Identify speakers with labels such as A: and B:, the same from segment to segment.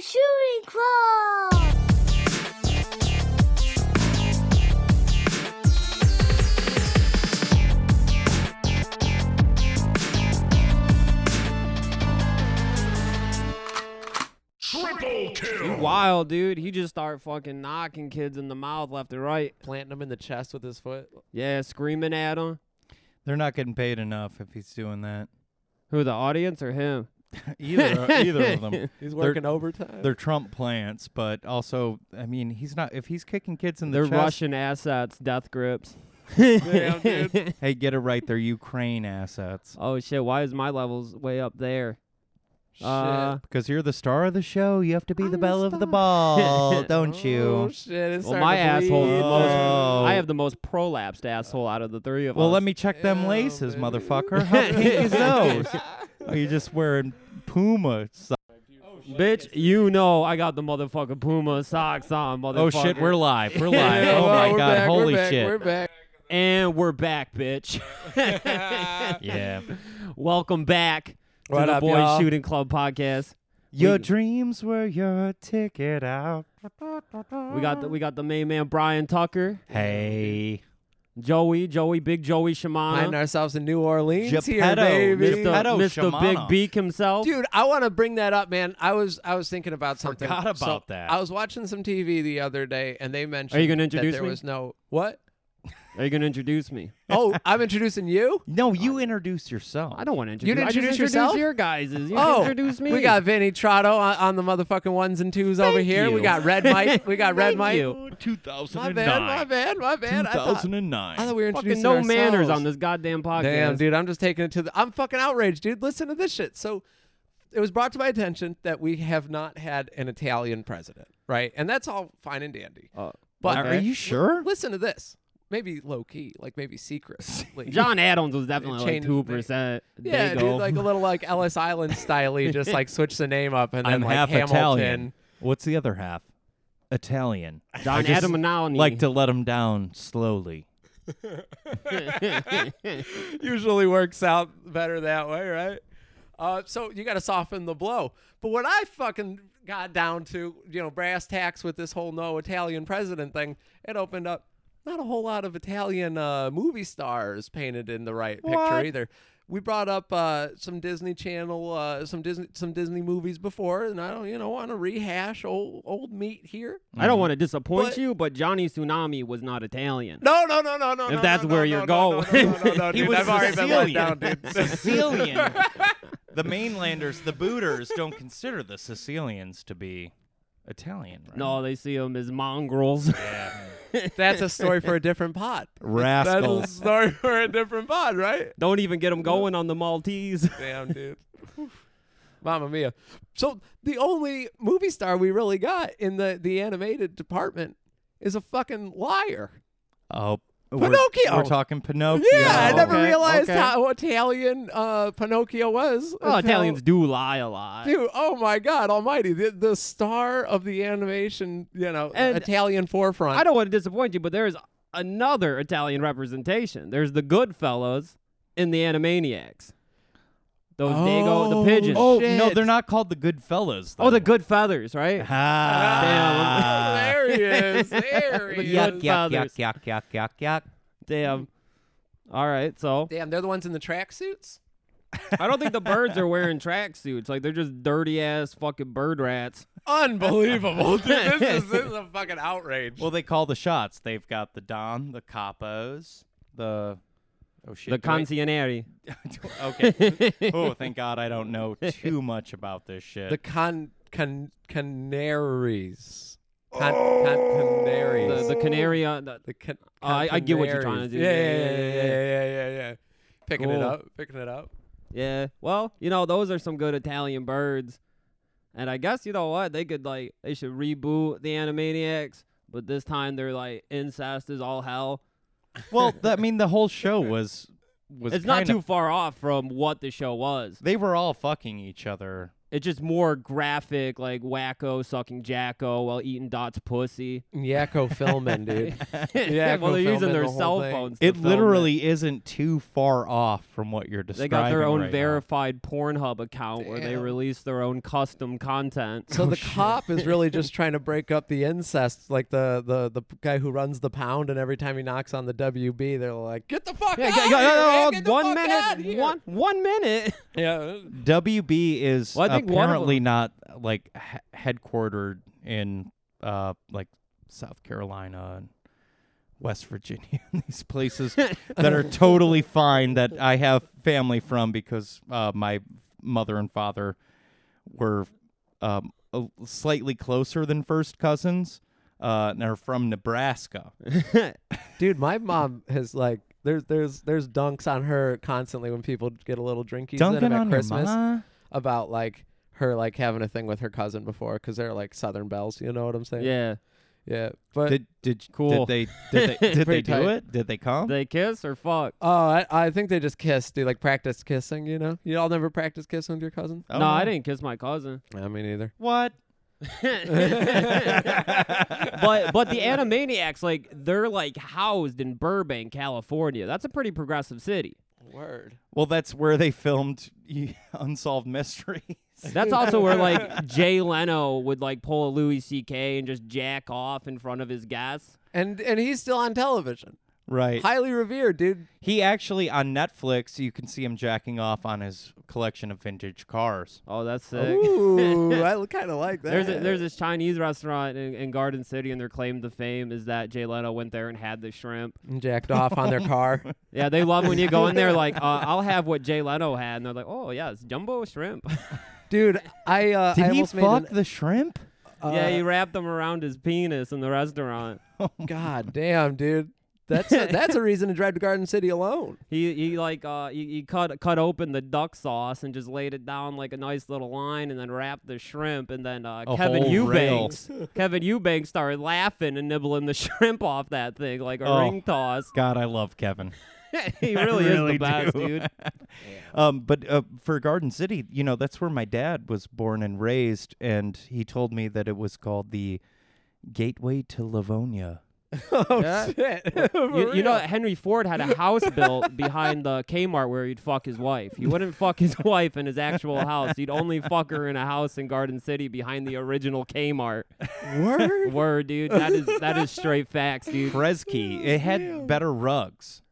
A: Shooting Club!
B: Triple
C: You
B: kill.
C: wild, dude. He just start fucking knocking kids in the mouth left and right.
D: Planting him in the chest with his foot.
C: Yeah, screaming at him.
E: They're not getting paid enough if he's doing that.
C: Who, the audience or him?
E: either either of them.
D: He's
E: They're-
D: working overtime.
E: They're Trump plants, but also, I mean, he's not. If he's kicking kids in the
C: They're
E: chest,
C: Russian assets, death grips.
D: Damn, dude.
E: hey, get it right. They're Ukraine assets
C: Oh shit, why is my levels way up there?
D: Shit.
C: Uh,
E: because you're the star of the show. You have to be
D: I'm
E: the
D: the
E: belle of the
D: star.
E: ball, don't
D: Oh
E: you?
D: shit! It's
C: Well,
D: starting
C: my
D: to
C: asshole
D: bleed.
C: is the
E: Oh.
C: most. I have the most prolapsed asshole out of the three of
E: Well,
C: us.
E: let me check them
D: Yeah,
E: laces,
D: baby.
E: motherfucker. How pink is those? Are you just wearing Puma? So-
C: Bitch, you know I got the motherfucking Puma socks on, motherfucker.
E: oh shit, we're live. We're
D: Yeah,
E: live. oh
D: well,
E: my
D: we're
E: god,
D: back, we're
E: holy
D: back,
E: shit.
D: We're back.
C: and we're back, bitch.
E: yeah.
C: Welcome back to
D: What
C: the
D: up,
C: Boys
D: y'all?
C: Shooting Club podcast.
E: Your
C: We-
E: dreams were your ticket out.
C: We got the we got the main man Brian Tucker,
E: Hey.
C: Joey, Joey, Big Joey Shimano,
D: Finding ourselves in New Orleans here,
E: Geppetto,
D: baby.
E: Mr. Geppetto
C: Mr. Big
E: Shimano.
C: Beak himself.
D: Dude, I want to bring that up, man. I was I was thinking about something.
E: Forgot
D: So,
E: about that.
D: I was watching some TV the other day, and they mentioned.
C: gonna
D: that
C: introduce
D: there
C: me?
D: was no what?
C: Are you gonna introduce me?
D: Oh, I'm introducing you.
E: No, you introduce yourself.
C: I don't want to introduce.
D: You didn't
C: I just
D: introduce
C: introduced
D: yourself?
C: Your guys. You
D: oh,
C: introduce me.
D: We got Vinny Trotto on, on the motherfucking ones and twos over here. We
C: you.
D: got Red Mike. We got Red
C: Thank
D: Mike.
C: you.
D: My
E: 2009.
D: bad, my bad, my bad. I thought, I thought we were
C: fucking
D: introducing
C: no manners
D: ourselves.
C: on this goddamn podcast.
D: Damn, dude, I'm just taking it to the. I'm fucking outraged, dude. Listen to this shit. So, it was brought to my attention that we have not had an Italian president, right? And that's all fine and dandy.
C: Uh,
D: But
E: Are you sure?
D: listen to this. Maybe low key, like maybe secretly.
C: John Adams was definitely like
D: changed the
C: two
D: name.
C: percent.
D: yeah,
C: go.
D: dude, like a little like Ellis Island styly, just like switch the name up and then
E: I'm
D: like
E: half
D: Hamilton.
E: Italian. What's the other half? Italian.
C: John
E: just
C: Adam and Alney.
E: Like to let him down slowly.
D: usually works out better that way, right? Uh, so you got to soften the blow. But what I fucking got down to, you know, brass tacks with this whole no Italian president thing, it opened up not a whole lot of Italian uh, movie stars painted in the right picture either. We brought up uh, some Disney Channel, uh, some Disney, some Disney movies before, and I don't, you know, want to rehash old old meat here.
C: I don't want to disappoint
D: But-
C: you, but Johnny Tsunami was not Italian.
D: No, no, no, no, no.
C: If
D: no,
C: that's
D: no,
C: where
D: no,
C: you're
D: no, no,
C: going.
D: no, no, no, no,
E: He
D: dude.
E: was
D: I've already been let down,
E: Sicilian.
D: dude.
E: Sicilian. the mainlanders, the booters, don't consider the Sicilians to be Italian, right?
C: No, they see him as mongrels.
D: That's a story for a different pod. That's a
E: Rascals.
D: story for a different pod, right?
C: Don't even get him going on the Maltese.
D: Damn, dude. Mamma mia. So the only movie star we really got in the the animated department is a fucking liar.
E: Oh,
D: Pinocchio.
E: We're, we're talking Pinocchio.
D: Yeah, I never
C: Okay,
D: realized
C: okay.
D: how Italian uh, Pinocchio was.
C: Well,
D: until-
C: Oh, Italians do lie a lot.
D: Dude, oh my God, Almighty! The, the star of the animation, you know,
C: And
D: Italian forefront.
C: I don't want to disappoint you, but there is another Italian representation. There's the Goodfellas and the Animaniacs. Those Dago,
D: Oh,
C: the pigeons.
E: Oh no,
D: Shit.
E: they're not called the good fellas.
C: Oh, the good feathers, right?
E: Ah.
D: there he is. There
C: The
D: he is.
C: good
E: Yuck, yuck,
C: feathers.
E: yuck, yuck, yuck, yuck.
C: Damn. All right, so
D: Damn, they're the ones in the tracksuits.
C: I don't think the birds are wearing tracksuits. Like they're just dirty ass fucking bird rats.
D: Unbelievable, dude. This is, this is a fucking outrage.
E: Well, they call the shots. They've got the Don, the Capos, the oh shit,
C: The
E: do I-
C: consigliere.
E: okay. oh, thank God, I don't know too much about this shit.
D: the con con canaries. Con, con
C: The,
D: canaries.
C: the canary. uh, The,
D: The con-
C: Oh, I- I get what you're
D: canaries.
C: trying to do.
D: Yeah,
C: Yeah,
D: yeah, yeah,
C: yeah,
D: yeah, yeah, yeah, yeah. Picking it
C: Cool.
D: up, picking it up.
C: yeah. Well, you know those are some good Italian birds, and I guess you know what they could like. They should reboot the Animaniacs, but this time they're like incest is all hell.
E: well, th- I mean, the whole show was was
C: It's not
E: kinda-
C: too far off from what the show was.
E: They were all fucking each other
C: It's just more graphic, like wacko sucking Jacko while eating Dot's pussy.
D: Yakko filming, dude.
C: Yeah, well,
D: Jacko
C: they're using
D: filming
C: their
D: the whole
C: cell
D: thing.
C: phones. to
E: It
C: film it.
E: literally is isn't too far off from what you're
C: They
E: describing.
C: got their own
E: right now.
C: verified Pornhub account where they
D: Damn.
C: release their own custom content.
D: So the cop is really just trying to break up the incest, like the the the p- guy who runs the pound, and every time he knocks on the WB, they're like, "Get the fuck
C: Yeah,
D: out
C: yeah,
D: of
C: yeah,
D: here,
C: yeah,
D: man.
C: yeah,
D: Get the
C: one
D: fuck outta
C: minute,
D: here."
C: one one minute.
D: Yeah,
E: WB is
C: Well, I think one of
E: apparently not like he- headquartered in uh like South Carolina and West Virginia and these places that are totally fine that I have family from because uh, my mother and father were um, a- slightly closer than first cousins uh, and are from Nebraska.
D: dude, my mom has like. There's there's there's dunks on her constantly when people get a little drinky at
E: Duncan on your
D: Christmas
E: ma?
D: about like her like having a thing with her cousin before because they're like Southern belles, you know what I'm saying?
C: yeah,
D: yeah. But
E: Did did
C: Cool.
E: Did they did they, did they
D: Pretty
E: do
D: tight.
E: it? Did they come?
C: they kiss or fuck.
D: oh, I, I think they just kissed, dude. Like practice kissing, you know? You all never practice kissing with your cousin?
E: Oh,
C: no, I didn't kiss my cousin.
D: I mean, either.
E: What?
C: but but the Animaniacs, like they're like housed in Burbank, California. That's a pretty progressive city.
D: Word.
E: Well, that's where they filmed y- Unsolved Mysteries.
C: That's also where like Jay Leno would like pull a Louis C.K. and just jack off in front of his guests.
D: And and he's still on television.
E: right.
D: Highly revered, dude.
E: He actually on Netflix, you can see him jacking off on his collection of vintage cars.
C: Oh, that's sick.
D: Ooh, I kind of like that.
C: There's a, there's this Chinese restaurant in, in Garden City, and their claim to fame is that Jay Leno went there and had the shrimp.
D: And jacked off on their car.
C: Yeah, they love when you go in there like, uh, "I'll have what Jay Leno had," and they're like, "Oh yeah, it's jumbo shrimp."
D: Dude, I uh
E: Did
D: I
E: he
D: almost made an-
E: fuck the shrimp?
D: uh,
C: yeah, he wrapped them around his penis in the restaurant.
D: God damn, dude. That's a, that's a reason to drive to Garden City alone.
C: He he like uh he, he cut cut open the duck sauce and just laid it down like a nice little line and then wrapped the shrimp and then uh,
E: A
C: Kevin
E: whole
C: Eubanks Kevin Eubanks started laughing and nibbling the shrimp off that thing like a
E: Oh.
C: ring toss.
E: God, I love Kevin.
C: he
E: I
C: really, is
E: really
C: the best,
E: do.
C: dude.
E: Um, but uh, for Garden City, you know, that's where my dad was born and raised, and he told me that it was called the Gateway to Livonia.
D: Oh shit.
C: You, you know that Henry Ford had a house built behind the Kmart where he'd fuck his wife. He wouldn't fuck his wife in his actual house. He'd only fuck her in a house in Garden City behind the original Kmart.
D: word.
C: Word, dude. That is that is straight facts, dude.
E: Fresky. It had better rugs.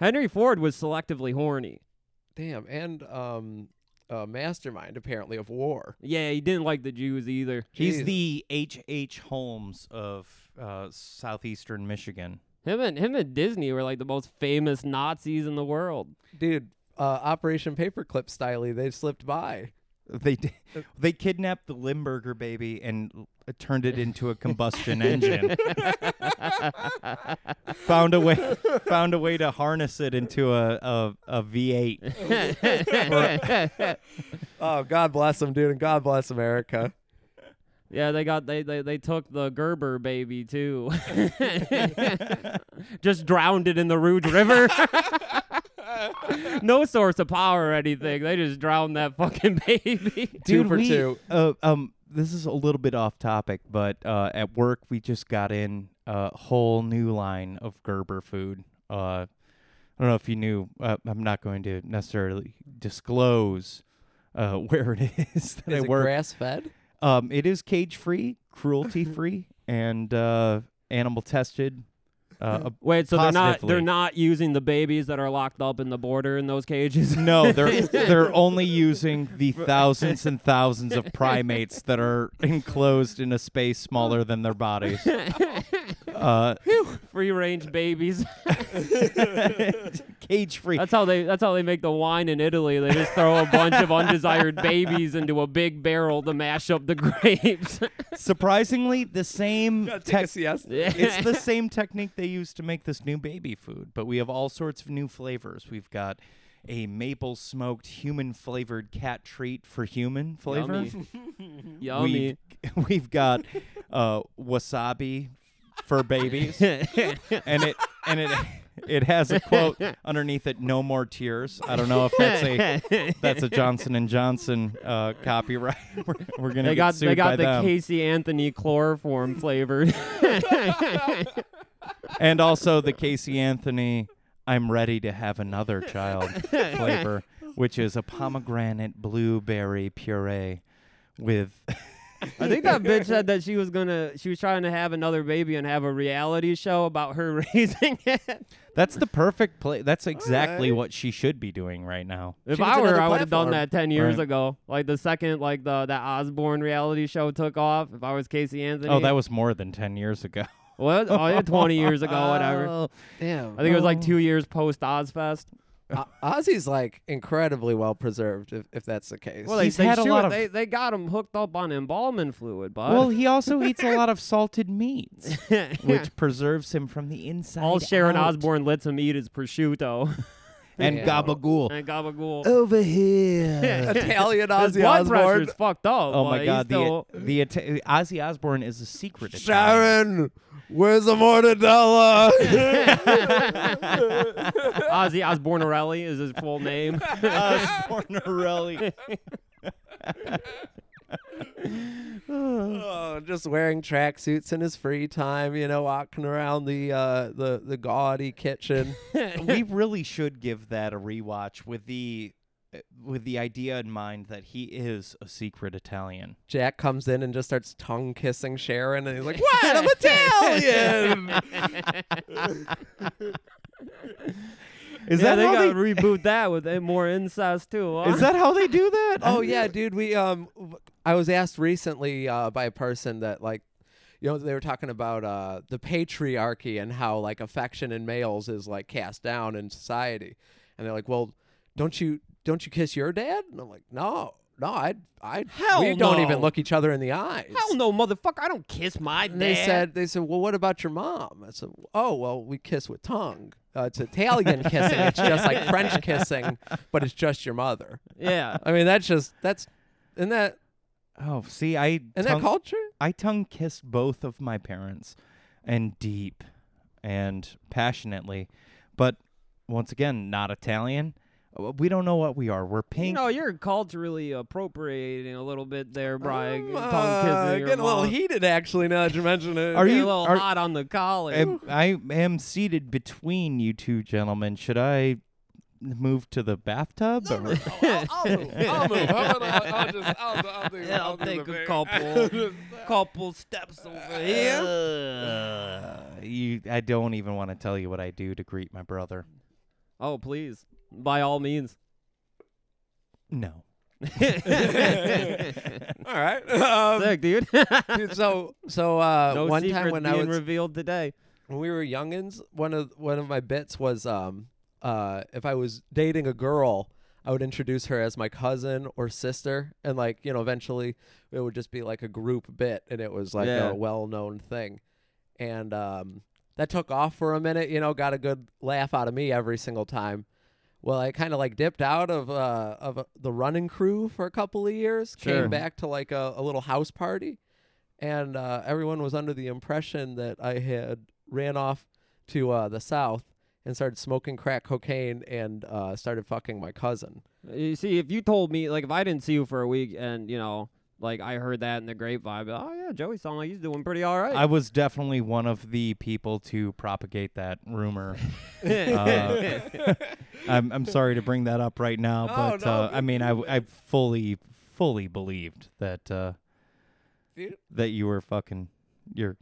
C: Henry Ford was selectively horny.
D: Damn, and um a mastermind apparently of war.
C: Yeah, he didn't like the Jews either.
E: He's
D: Jesus.
E: the H.H. H. Holmes of uh, southeastern Michigan.
C: Him and him and Disney were like the most famous Nazis in the world.
D: Dude, uh, Operation Paperclip style, they slipped by.
E: They d- they kidnapped the Limburger baby and l- uh, turned it into a combustion engine. found a way found a way to harness it into a a, a V8.
C: yeah,
D: Oh, God bless them, dude, and God bless America.
C: they got they, they they took the Gerber baby too. Just drowned it in the Rouge River. no source of power or anything. They just drowned that fucking baby.
D: Two
E: Dude,
D: for
E: we-
D: two.
E: Uh, um, this is a little bit off topic, but uh, at work we just got in a whole new line of Gerber food. Uh, I don't know if you knew. Uh, I'm not going to necessarily disclose uh, where it is that
D: Is
E: I
D: it
E: work.
D: grass fed?
E: um, it is cage free, cruelty free, and uh, animal tested. Uh, ab-
C: Wait, so they're not they're
E: Positively.
C: not using the babies that are locked up in the border in those cages.
E: no, they're they're only using the thousands and thousands of primates that are enclosed in a space smaller than their bodies. Uh,
C: Free range babies.
E: cage free.
C: That's how they. That's how they make the wine in Italy. They just throw a bunch of undesired babies into a big barrel to mash up the grapes.
E: Surprisingly, the same. tech-
C: Yeah.
E: it's the same technique they use to make this new baby food, but we have all sorts of new flavors. We've got a maple smoked human flavored cat treat for human flavor.
C: Yummy. Yummy.
E: We've, we've got uh, wasabi for babies, and it and it It has a quote underneath it: "No more tears." I don't know if that's a that's a Johnson and Johnson uh, copyright. We're, we're gonna
C: They
E: get
C: got
E: sued
C: they
E: by
C: got the
E: them.
C: Casey Anthony chloroform flavored.
E: and also the Casey Anthony "I'm ready to have another child" flavor, which is a pomegranate blueberry puree with
C: I think that bitch said that she was gonna she was trying to have another baby and have a reality show about her raising it.
E: That's the perfect play. That's exactly
D: right.
E: what she should be doing right now.
C: If
D: She needs
C: I were,
D: another
C: I would have done
D: platform.
C: that ten years
E: Right.
C: ago. Like the second, like the that Osborne reality show took off. If I was Casey Anthony,
E: Oh, that was more than 10 years ago.
C: what? Oh, yeah, twenty years ago, whatever.
D: Damn.
C: I think it was like
E: Oh.
C: two years post Ozfest.
D: O- Ozzy's like incredibly well preserved, if, if that's the case.
C: Well, they,
E: He's
C: they,
E: had a
C: shoot-
E: lot of-
C: they they got him hooked up on embalming fluid, but
E: Well, he also eats a lot of salted meats, which preserves him from the inside.
C: all Sharon
E: out.
C: Osborne lets him eat is prosciutto
E: and
D: Yeah.
E: gabagool.
C: and gabagool.
E: Over here.
D: Italian
C: His
D: Ozzy
C: blood
D: Osbourne.
C: pressure's fucked up.
E: oh
C: but
E: my
C: he's
E: God!
C: still-
E: The the Ita- Ozzy Osbourne is a secret. Italian.
D: Sharon, where's the mortadella?
C: Ozzy Osbornorelli is his full name.
E: Osbornerelli.
D: oh, just wearing tracksuits in his free time, you know, walking around the uh, the the gaudy kitchen.
E: we really should give that a rewatch with the with the idea in mind that he is a secret Italian.
D: Jack comes in and just starts tongue kissing Sharon, and he's like, "What? I'm Italian."
E: Is
C: yeah,
E: that
C: they
E: how
C: gotta
E: they,
C: reboot that with uh, more incest too? Huh?
E: is that how they do that?
D: oh yeah, dude. We um, w- I was asked recently uh, by a person that like, you know, they were talking about uh the patriarchy and how like affection in males is like cast down in society, and they're like, well, don't you don't you kiss your dad? And I'm like, no. No, I, I,
C: Hell
D: we don't
C: no.
D: even look each other in the eyes.
C: Hell no, motherfucker! I don't kiss my dad.
D: And they said, they said, well, what about your mom? I said, oh, well, we kiss with tongue. Uh, it's Italian kissing. It's just like French kissing, but it's just your mother.
E: uh,
C: "Yeah,
D: I mean, that's just that's in that
E: Oh, see, I
D: in that
E: tongue,
D: culture.
E: I tongue kissed both of my parents, and deep, and passionately, but once again, not Italian. Uh, We don't know what we are. We're
C: you
E: pink.
C: know, you're culturally appropriating a little bit there, Brian.
E: Um,
D: I'm, uh,
C: tongue kissing your
D: getting a little
C: mom.
D: heated actually. Now that you mention it,
E: Are
C: Getting
E: you-
C: a little
E: are-
C: hot on the collar?
E: am- I am seated between you two gentlemen. Should I move to the bathtub? or-
D: I'll, I'll move. I'll move. How about I'll, I'll just I'll, I'll do.
C: Yeah, I'll
D: do the
C: take a
D: big-
C: couple, couple steps over here.
E: Uh, you, I don't even want to tell you what I do to greet my brother.
C: Oh, please, by all means.
E: No.
C: Sick,
D: All right. Um,
C: dude.
D: dude, so so uh,
C: no
D: one time
C: secrets
D: when I
C: being
D: was
C: revealed today.
D: when we were youngins, one of one of my bits was um uh if I was dating a girl, I would introduce her as my cousin or sister, and like you know eventually it would just be like a group bit, and it was like
C: Yeah.
D: a well known thing, and um that took off for a minute, you know, got a good laugh out of me every single time. Well, I kind of like dipped out of uh, of uh, the running crew for a couple of years,
C: Sure.
D: came back to like a, a little house party, and uh, everyone was under the impression that I had ran off to uh, the south and started smoking crack cocaine and uh, started fucking my cousin.
C: You see, if you told me, like, if I didn't see you for a week and, you know, like, I heard that in the grapevine, I'd be like, oh, yeah, Joey sounded like he's doing pretty all right.
E: I was definitely one of the people to propagate that rumor. uh, I'm, I'm sorry to bring that up right now,
D: Oh,
E: but
D: no,
E: uh, I
D: good-
E: mean, I, w- I fully, fully believed that uh,
D: Dude.
E: that you were fucking. You're.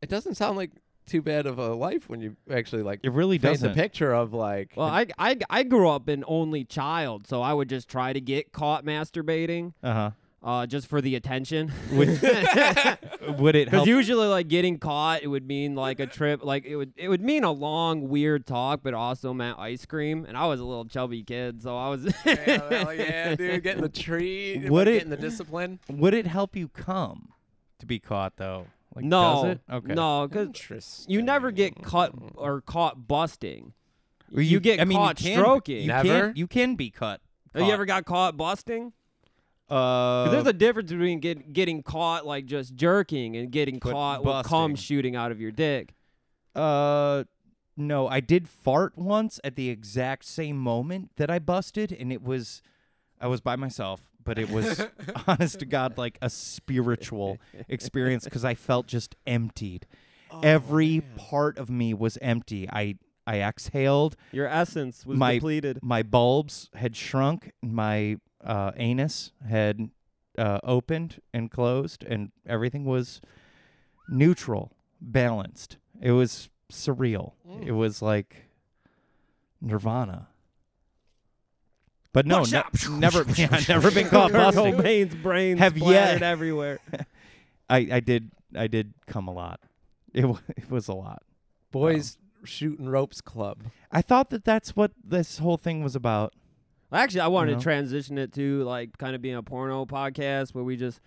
D: It doesn't sound like too bad of a life when you actually like
E: It really
D: paint the
E: doesn't.
D: picture of like
C: well, I, I, I grew up an only child, so I would just try to get caught masturbating
E: Uh huh.
C: uh, just for the attention.
E: Would it
C: Because
E: help?
C: usually, like getting caught, it would mean like a trip, like it would it would mean a long, weird talk, but also meant ice cream. And I was a little chubby kid, so I was.
D: yeah, dude, getting the tree,
E: Would it-
D: getting the discipline.
E: would it help you come to be caught though? Like,
C: no,
E: Does it? Okay.
C: no, because
D: Interesting.
C: you never get caught or caught busting.
E: Or
C: You get
E: I mean, you
C: caught
E: can-
C: stroking.
E: You
D: Never?
E: Can, you can be cut.
C: Have you ever got caught busting?
E: Uh,
C: 'Cause there's a difference between get, getting caught like just jerking and getting
E: But
C: caught with cum
E: busting.
C: shooting out of your dick.
E: uh, no, I did fart once at the exact same moment that I busted, and it was, I was by myself, but it was, honest to God, like a spiritual experience because I felt just emptied. Every part of me was empty. I I exhaled.
C: Your essence was
E: my
C: depleted.
E: my bulbs had shrunk. My uh, anus had uh, opened and closed, and everything was neutral, balanced. It was surreal. It was like Nirvana. But no, ne- never, yeah, never been caught
C: Kurt
E: busting.
C: Cobain's brain
E: Have
C: splattered
E: yet-
C: everywhere.
E: I, I did, I did come a lot. It, wa it was a lot.
D: Boys shooting ropes club.
E: I thought that that's what this whole thing was about.
C: Actually, I wanted
E: know?
C: to transition it to like kind of being a porno podcast where we just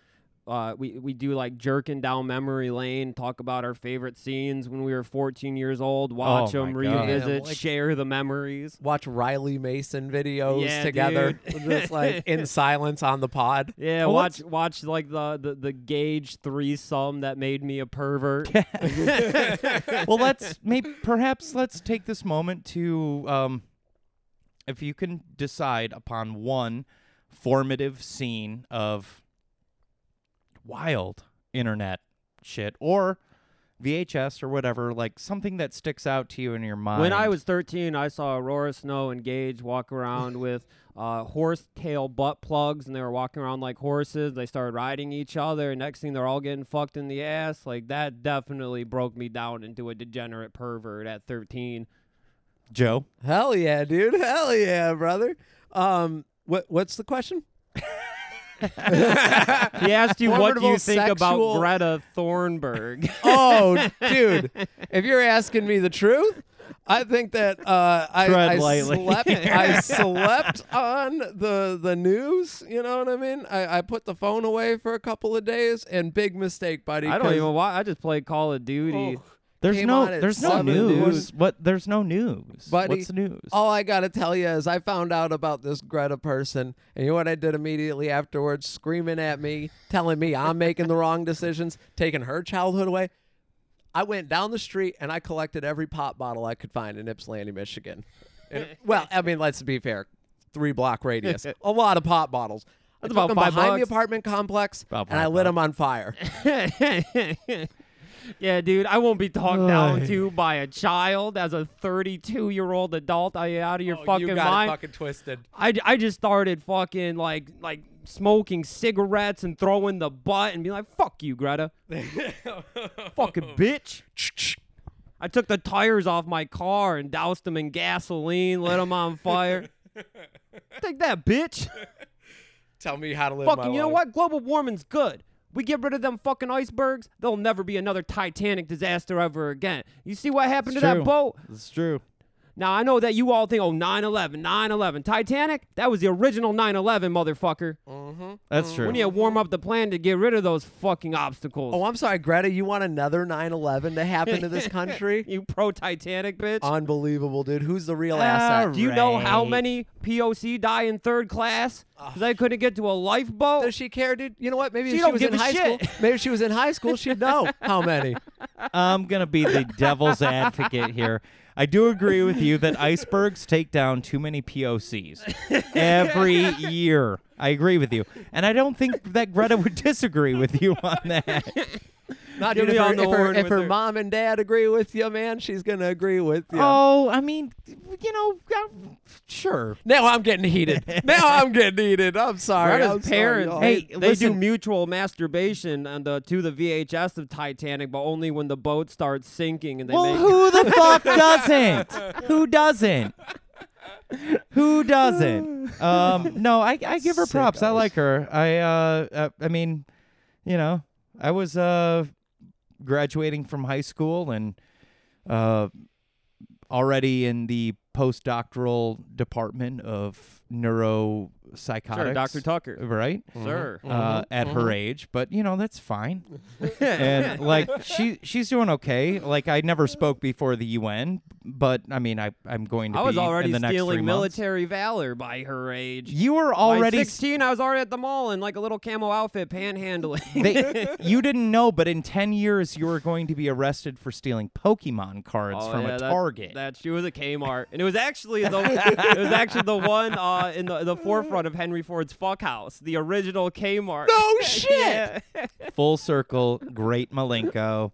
C: uh, we we do like jerking down memory lane, talk about our favorite scenes when we were 14 years old, watch
E: Oh my
C: them,
E: God.
C: revisit,
D: Yeah, like-
C: share the memories.
D: Watch Riley Mason videos
C: Yeah,
D: together,
C: dude.
D: just like in silence on the pod.
C: Yeah,
E: Well,
C: watch watch
E: what's-
C: like the the, the gauge threesome that made me a pervert.
E: well, let's maybe perhaps let's take this moment to, um, if you can decide upon one formative scene of wild internet shit or VHS or whatever, like something that sticks out to you in your mind.
C: When I was 13, I saw Aurora Snow and Gage walk around with uh, horse tail butt plugs, and they were walking around like horses. They started riding each other, and next thing they're all getting fucked in the ass. Like, that definitely broke me down into a degenerate pervert at 13.
E: Joe,
D: Hell yeah, dude. Hell yeah, brother. Um, what what's the question?
C: He asked you, what do you
D: Formidable
C: think about
D: sexual-
C: Greta Thornburg?
D: Oh, dude. If you're asking me the truth, I think that uh, I,
E: Tread
D: I
E: lightly.
D: slept. I slept on the the news. You know what I mean? I, I put the phone away for a couple of days, and big mistake, buddy.
C: I don't
D: 'cause-
C: even watch. I just play Call of Duty.
D: Oh,
E: there's
D: Came
E: no
D: on at
E: there's no
D: seven
E: news.
D: news.
E: What there's no news.
D: Buddy,
E: What's the news?
D: All I gotta tell you is I found out about this Greta person, and you know what I did immediately afterwards? Screaming at me, telling me I'm making the wrong decisions, taking her childhood away. I went down the street and I collected every pop bottle I could find in Ypsilanti, Michigan. And- well, I mean, let's be fair, three block radius, a lot of pop bottles. I
C: That's
D: took
C: about
D: them
C: five
D: behind the
C: bucks.
D: apartment complex,
E: About
D: and I
E: five
D: lit them on fire.
C: yeah, dude, I won't be talked down
E: Ugh.
C: to by a child as a 32 year old adult. Are you out of your
D: Oh,
C: fucking
D: you got
C: mind?
D: It fucking twisted.
C: I, I just started fucking like like smoking cigarettes and throwing the butt and being like, fuck you, Greta. fucking bitch. I took the tires off my car and doused them in gasoline, lit them on fire. Take that, bitch.
D: Tell me how to live my
C: fucking, you know
D: life.
C: what? Global warming's good. We get rid of them fucking icebergs, there'll never be another Titanic disaster ever again. You see what happened
E: It's
C: to
E: true.
C: that boat?
E: It's true.
C: Now, I know that you all think, oh, 9 11, 9 11. Titanic, that was the original 9 11, motherfucker.
E: That's true.
C: We need to warm up the plan to get rid of those fucking obstacles.
D: Oh, I'm sorry, Greta. You want another 9/11 to happen to this country?
C: you pro Titanic bitch.
D: Unbelievable, dude. Who's the real
C: Do
D: asset?
C: you know how
E: Right.
C: many POC die in third class? Because they couldn't get to a lifeboat?
D: Does she care, dude? You know what? Maybe
C: She
D: if she
C: don't
D: was
C: give
D: in
C: a
D: high
C: shit.
D: school. Maybe if she was in high school, she'd know how many.
E: I'm going to be the devil's advocate here. I do agree with you that icebergs take down too many POCs every year. I agree with you. And I don't think that Greta would disagree with you on that.
D: Not
C: You'll
D: dude,
C: be
D: if her,
C: on the
D: if her-
C: horn
D: if
C: with
D: her
C: her.
D: mom and dad agree with you, man, she's gonna agree with you.
E: Oh, I mean, you know, uh, sure.
D: Now I'm getting heated. now I'm getting heated. I'm sorry. I'm
C: Greta's
D: sorry,
C: parents,
D: y'all.
C: they,
E: Hey,
C: they do
E: listen.
C: mutual masturbation and uh, to the VHS of Titanic, but only when the boat starts sinking and they
E: Well,
C: make.
E: who the fuck doesn't? Who doesn't? Who doesn't? Um, no, I, I give her props. I
D: Sickos.
E: like her. I uh, uh, I mean, you know, I was uh, graduating from high school and uh, already in the postdoctoral department of neuropsychotics.
C: Sure, Dr. Tucker.
E: Right?
C: Sir.
E: uh, at
C: Mm-hmm.
E: her age, but you know that's fine. and like she she's doing okay. Like I never spoke before the UN, but I mean I I'm going to.
C: I was
E: be
C: already
E: in the next three
C: stealing
E: months.
C: military valor by her age.
E: You were
C: By
E: already. s-
C: 16. I was already at the mall in like a little camo outfit, panhandling.
E: they, you didn't know, but in ten years you were going to be arrested for stealing Pokemon cards
C: Oh,
E: from
C: yeah,
E: a
C: that-
E: Target.
C: That she was a Kmart, and it was actually the it was actually the one uh, in the the forefront of Henry Ford's fuck house, the original Kmart.
D: No shit.
C: Yeah.
E: Full circle, great Malenko.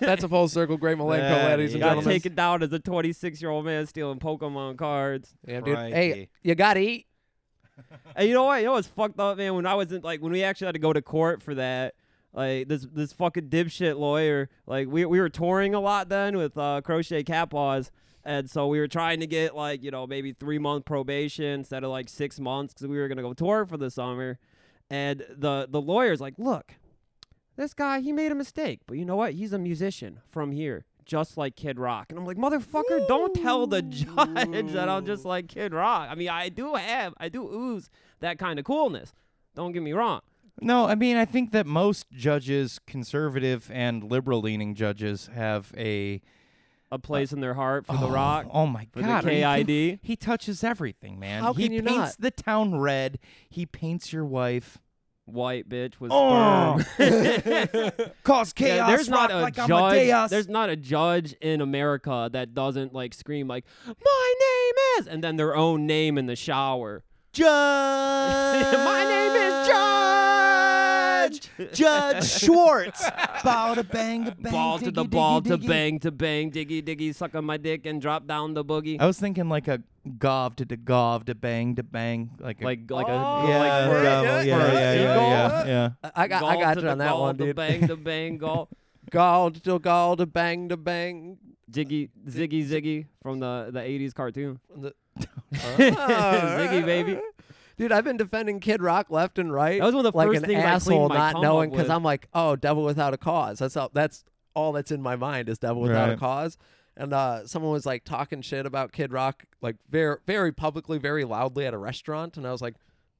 D: That's a full circle, Great Malenko,
E: Yeah,
D: ladies and
E: yeah.
C: Got
D: gentlemen.
C: taken down as a 26 year old man stealing Pokemon cards.
D: Yeah, dude. Hey,
E: Crikey.
D: you E? gotta eat.
C: And you know what? You know what's fucked up, man? When I was in, like, when we actually had to go to court for that, like, this this fucking dipshit lawyer, like, we, we were touring a lot then with uh, Crochet Cat Paws. And so we were trying to get, like, you know, maybe three month probation instead of like six months because we were going to go tour for the summer. And the, the lawyer's like, look, this guy, he made a mistake, but you know what? He's a musician from here, just like Kid Rock. And I'm like, motherfucker, don't tell the judge that I'm just like Kid Rock. I mean, I do have, I do ooze that kind of coolness. Don't get me wrong.
E: No, I mean I think that most judges, conservative and liberal leaning judges, have a
C: A place in their heart for the rock.
E: Oh my
C: the
E: god! are you
C: KID.
E: kidding? He touches everything, man.
D: How
E: he
D: can you
E: paints
D: not?
E: the town red. He paints your wife.
C: White bitch was
E: Oh. Cause
C: Yeah, there's not a judge. There's not a judge in America that doesn't like scream like, "My name is," and then their own name in the shower.
E: My
C: name is Judge.
E: Judge Schwartz. Bow to bang to bang.
C: ball to the
E: diggy,
C: ball
E: diggy,
C: to
E: diggy.
C: bang to bang diggy diggy suck on my dick and drop down the boogie
E: I was thinking like a gov to the gov to bang to bang like a,
C: like Oh, like a
E: yeah,
C: like for,
E: yeah,
D: Oh, yeah,
E: yeah, yeah,
D: for a
E: yeah,
D: seagull.
E: yeah, yeah.
D: I got, I
C: gall
D: got
C: to
D: you
C: the
D: on that
C: gall
D: one,
C: to
D: dude.
C: bang to bang gall
D: Gall to gall to bang to bang.
C: diggy ziggy ziggy from the the 80s cartoon
D: The-
C: ziggy baby
D: Oh, Dude, I've been defending Kid Rock left and right.
C: That was one of the
D: like
C: first
D: an
C: things I cleaned
D: asshole
C: my
D: not
C: cum
D: knowing
C: up with.
D: I'm like, oh, devil without a cause. That's all. That's all that's in my mind is devil without a
E: Right.
D: cause. And uh, someone was like talking shit about Kid Rock, like very, very publicly, very loudly at a restaurant, and I was like,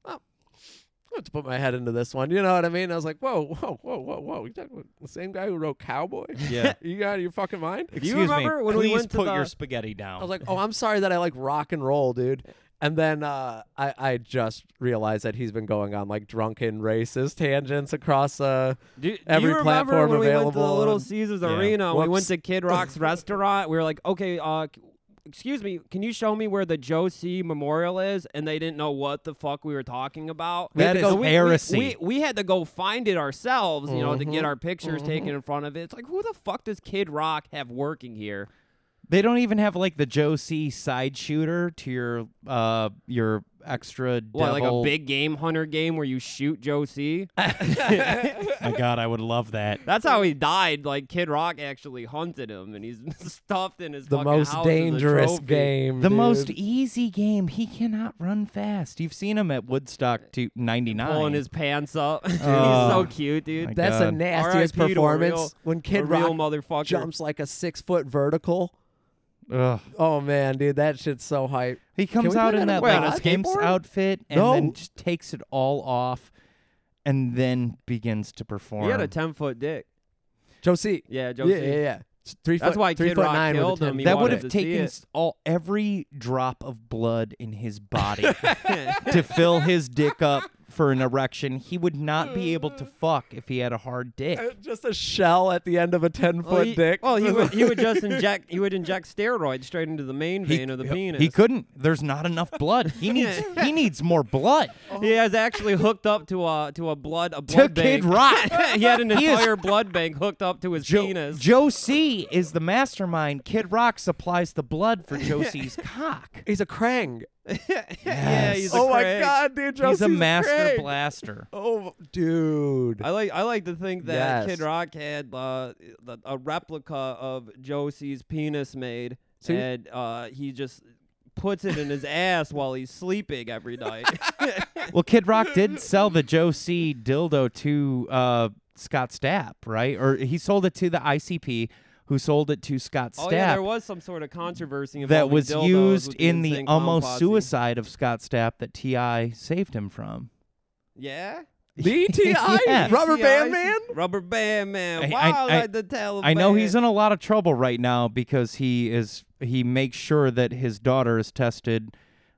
D: oh, I have to put my head into this one. You know what I mean? I was like, whoa, whoa, whoa, whoa, whoa. You talking about the same guy who wrote Cowboy?
E: Yeah.
D: you out of your fucking mind?
C: Do you remember when we
E: Please
C: went to
E: put
C: the-
E: your spaghetti down.
D: I was like, oh, I'm sorry that I like rock and roll, dude. And then uh, I, I just realized that he's been going on like drunken racist tangents across. Uh,
C: do, do
D: Every
C: you remember
D: platform
C: when we went to the
D: available
C: little
D: and-
C: caesars
E: Yeah.
C: arena and we went
D: Whoops.
C: to kid rock's restaurant we were like okay uh c- Excuse me, can you show me where the Joe C. Memorial is? And they didn't know what the fuck we were talking about.
E: that
D: to
E: is
D: go-
C: So we- we-
E: heresy.
C: We, we, had to go find it ourselves, you know, to
D: Mm-hmm.
C: get our pictures taken in front of it. It's like, who the fuck does Kid Rock have working here?
E: They don't even have like the Joe C side shooter to your uh your extra
C: What, like a
E: devil-
C: big game hunter game where you shoot Joe C?
E: My God, I would love that.
C: That's how he died. Like Kid Rock actually hunted him, and he's stuffed in his
D: the
C: fucking
D: most
C: house as a
D: dangerous
C: trophy.
D: game.
E: The
D: dude.
E: most easy game. He cannot run fast. You've seen him at Woodstock to ninety nine.
C: pulling his pants up. Dude,
E: Oh.
C: he's so cute, dude.
E: My
D: That's the
E: God.
D: nastiest
C: RIP to a
D: performance
C: real-
D: when
C: a
D: Kid
C: real
D: Rock
C: motherfucker.
D: jumps like a six foot vertical.
E: Ugh.
D: Oh man, dude, that shit's so hype.
E: He
D: Can
E: comes
D: we
E: out
D: play
E: in
D: that
E: that
D: on a
E: like
D: skateboard?
E: skimps outfit and
D: No.
E: then just takes it all off, and then begins to perform.
C: He had a ten foot dick.
D: Josie.
C: Yeah, Joe
D: Yeah,
C: C.
D: yeah, yeah. It's Three
C: That's
D: foot,
C: why
D: three
C: Kid
D: foot
C: Rock
D: nine with a
C: killed him.
D: ten-
C: He
E: that
C: wanted
E: would have
C: to see
E: taken
C: it.
E: s- all every drop of blood in his body to fill his dick up for an erection. He would not be able to fuck if he had a hard dick.
D: Just a shell at the end of a ten foot
C: Well, he,
D: dick.
C: well, he would he would just inject he would inject steroids straight into the main vein of the penis.
E: He couldn't. There's not enough blood. He needs he needs more blood.
C: He has actually hooked up to a to a blood a blood
E: Kid
C: bank.
E: Rock.
C: he had an
E: He is-
C: entire blood bank hooked up to his
E: Joe,
C: penis.
E: Joe C is the mastermind. Kid Rock supplies the blood for Joe C's cock.
D: He's a Krang.
C: Yeah, he's a
D: oh my
C: crank.
D: god, dude, Josie's
E: He's a master
D: Krang.
E: blaster.
D: Oh, dude.
C: I like I like to think that
D: Yes.
C: Kid Rock had uh, the- a replica of Joe C's penis made,
D: See?
C: and uh, he just puts it in his ass while he's sleeping every night.
E: Well, Kid Rock did sell the Joe C dildo to uh, Scott Stapp, right? Or he sold it to the ICP, who who sold it to Scott Stapp
C: Oh yeah, there was some sort of controversy
E: that
C: involving
E: was
C: dildos
E: used
C: with
E: in the
C: insane clown
E: almost
C: posse.
E: suicide of Scott Stapp that T.I. saved him from.
C: Yeah.
D: BTI
E: Yeah.
D: Rubber Band
C: TIs?
D: Man.
C: Rubber Band Man.
E: I- I-
C: Wild
E: I-
C: like the Taliban.
E: I know he's in a lot of trouble right now because he is he makes sure that his daughter is tested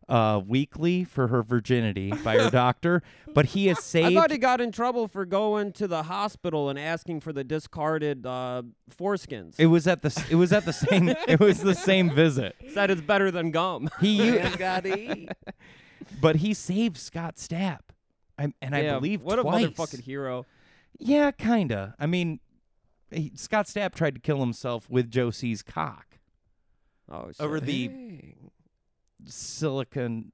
E: uh, weekly for her virginity by her doctor, but he has
C: I
E: saved
C: thought he got in trouble for going to the hospital and asking for the discarded uh, foreskins.
E: it was at the s- it was at the same it was the same visit.
C: Said it's better than gum.
E: He u-
D: gotta eat.
E: but he saved Scott Stapp. I, and I
C: Yeah,
E: believe
C: what
E: twice.
C: a motherfucking hero.
E: Yeah, kinda. I mean, he, Scott Stapp tried to kill himself with Josie's cock,
C: Oh shit.
E: Over the- silicon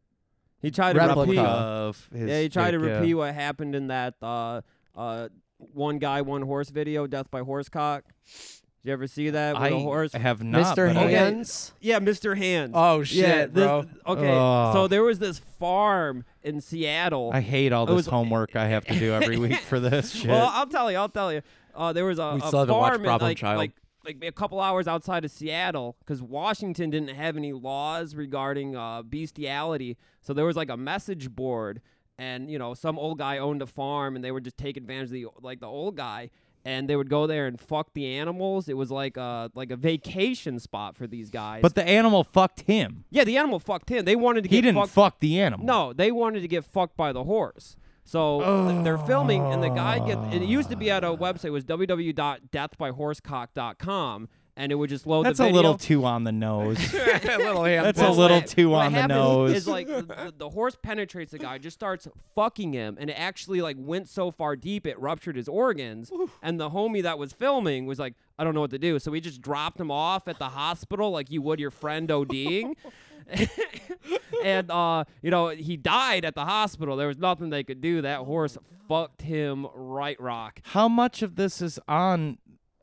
C: he tried to repeat.
E: replica of his.
C: yeah, he tried to
E: dick, yeah.
C: repeat what happened in that uh, uh, one guy, one horse video, death by horsecock. Did you ever see that with
E: I
C: a horse?
E: have not.
D: Mr.
E: but I-
C: Hand.
D: Hands.
C: Yeah, Mr. Hands.
D: Oh
C: yeah,
D: shit,
C: this-
D: bro.
C: Okay,
E: Oh.
C: so there was this farm in Seattle.
E: I hate all
C: It
E: this
C: was-
E: homework I have to do every week for this shit.
C: Well, I'll tell you, I'll tell you. Uh, there was a,
D: We
C: a
D: still haven't watched
C: farm in,
D: Problem
C: like,
D: Child.
C: like like a couple hours outside of Seattle because Washington didn't have any laws regarding uh, bestiality. So there was like a message board, and you know some old guy owned a farm, and they would just take advantage of the like the old guy. And they would go there and fuck the animals. It was like a like a vacation spot for these guys.
E: but the animal fucked him.
C: yeah, the animal fucked him. They wanted to
E: He
C: get
E: didn't
C: fucked
E: fuck the animal.
C: no, they wanted to get fucked by the horse. So th- they're filming, and the guy get. It used to be at a website it was www.deathbyhorsecock.com, and it would just load
E: that's
C: the
E: a
C: video.
E: little too on the nose.
D: little hand.
E: that's a
C: Well,
E: little
C: what-
E: too
C: what
E: on the
C: happens
E: nose.
C: Is like the, the- the horse penetrates the guy, just starts fucking him, and it actually like went so far deep it ruptured his organs. And the homie that was filming was like, I don't know what to do, so he just dropped him off at the hospital like you would your friend ODing. and uh, you know he died at the hospital. There was nothing they could do. That horse fucked him right rock.
E: How much of this is on?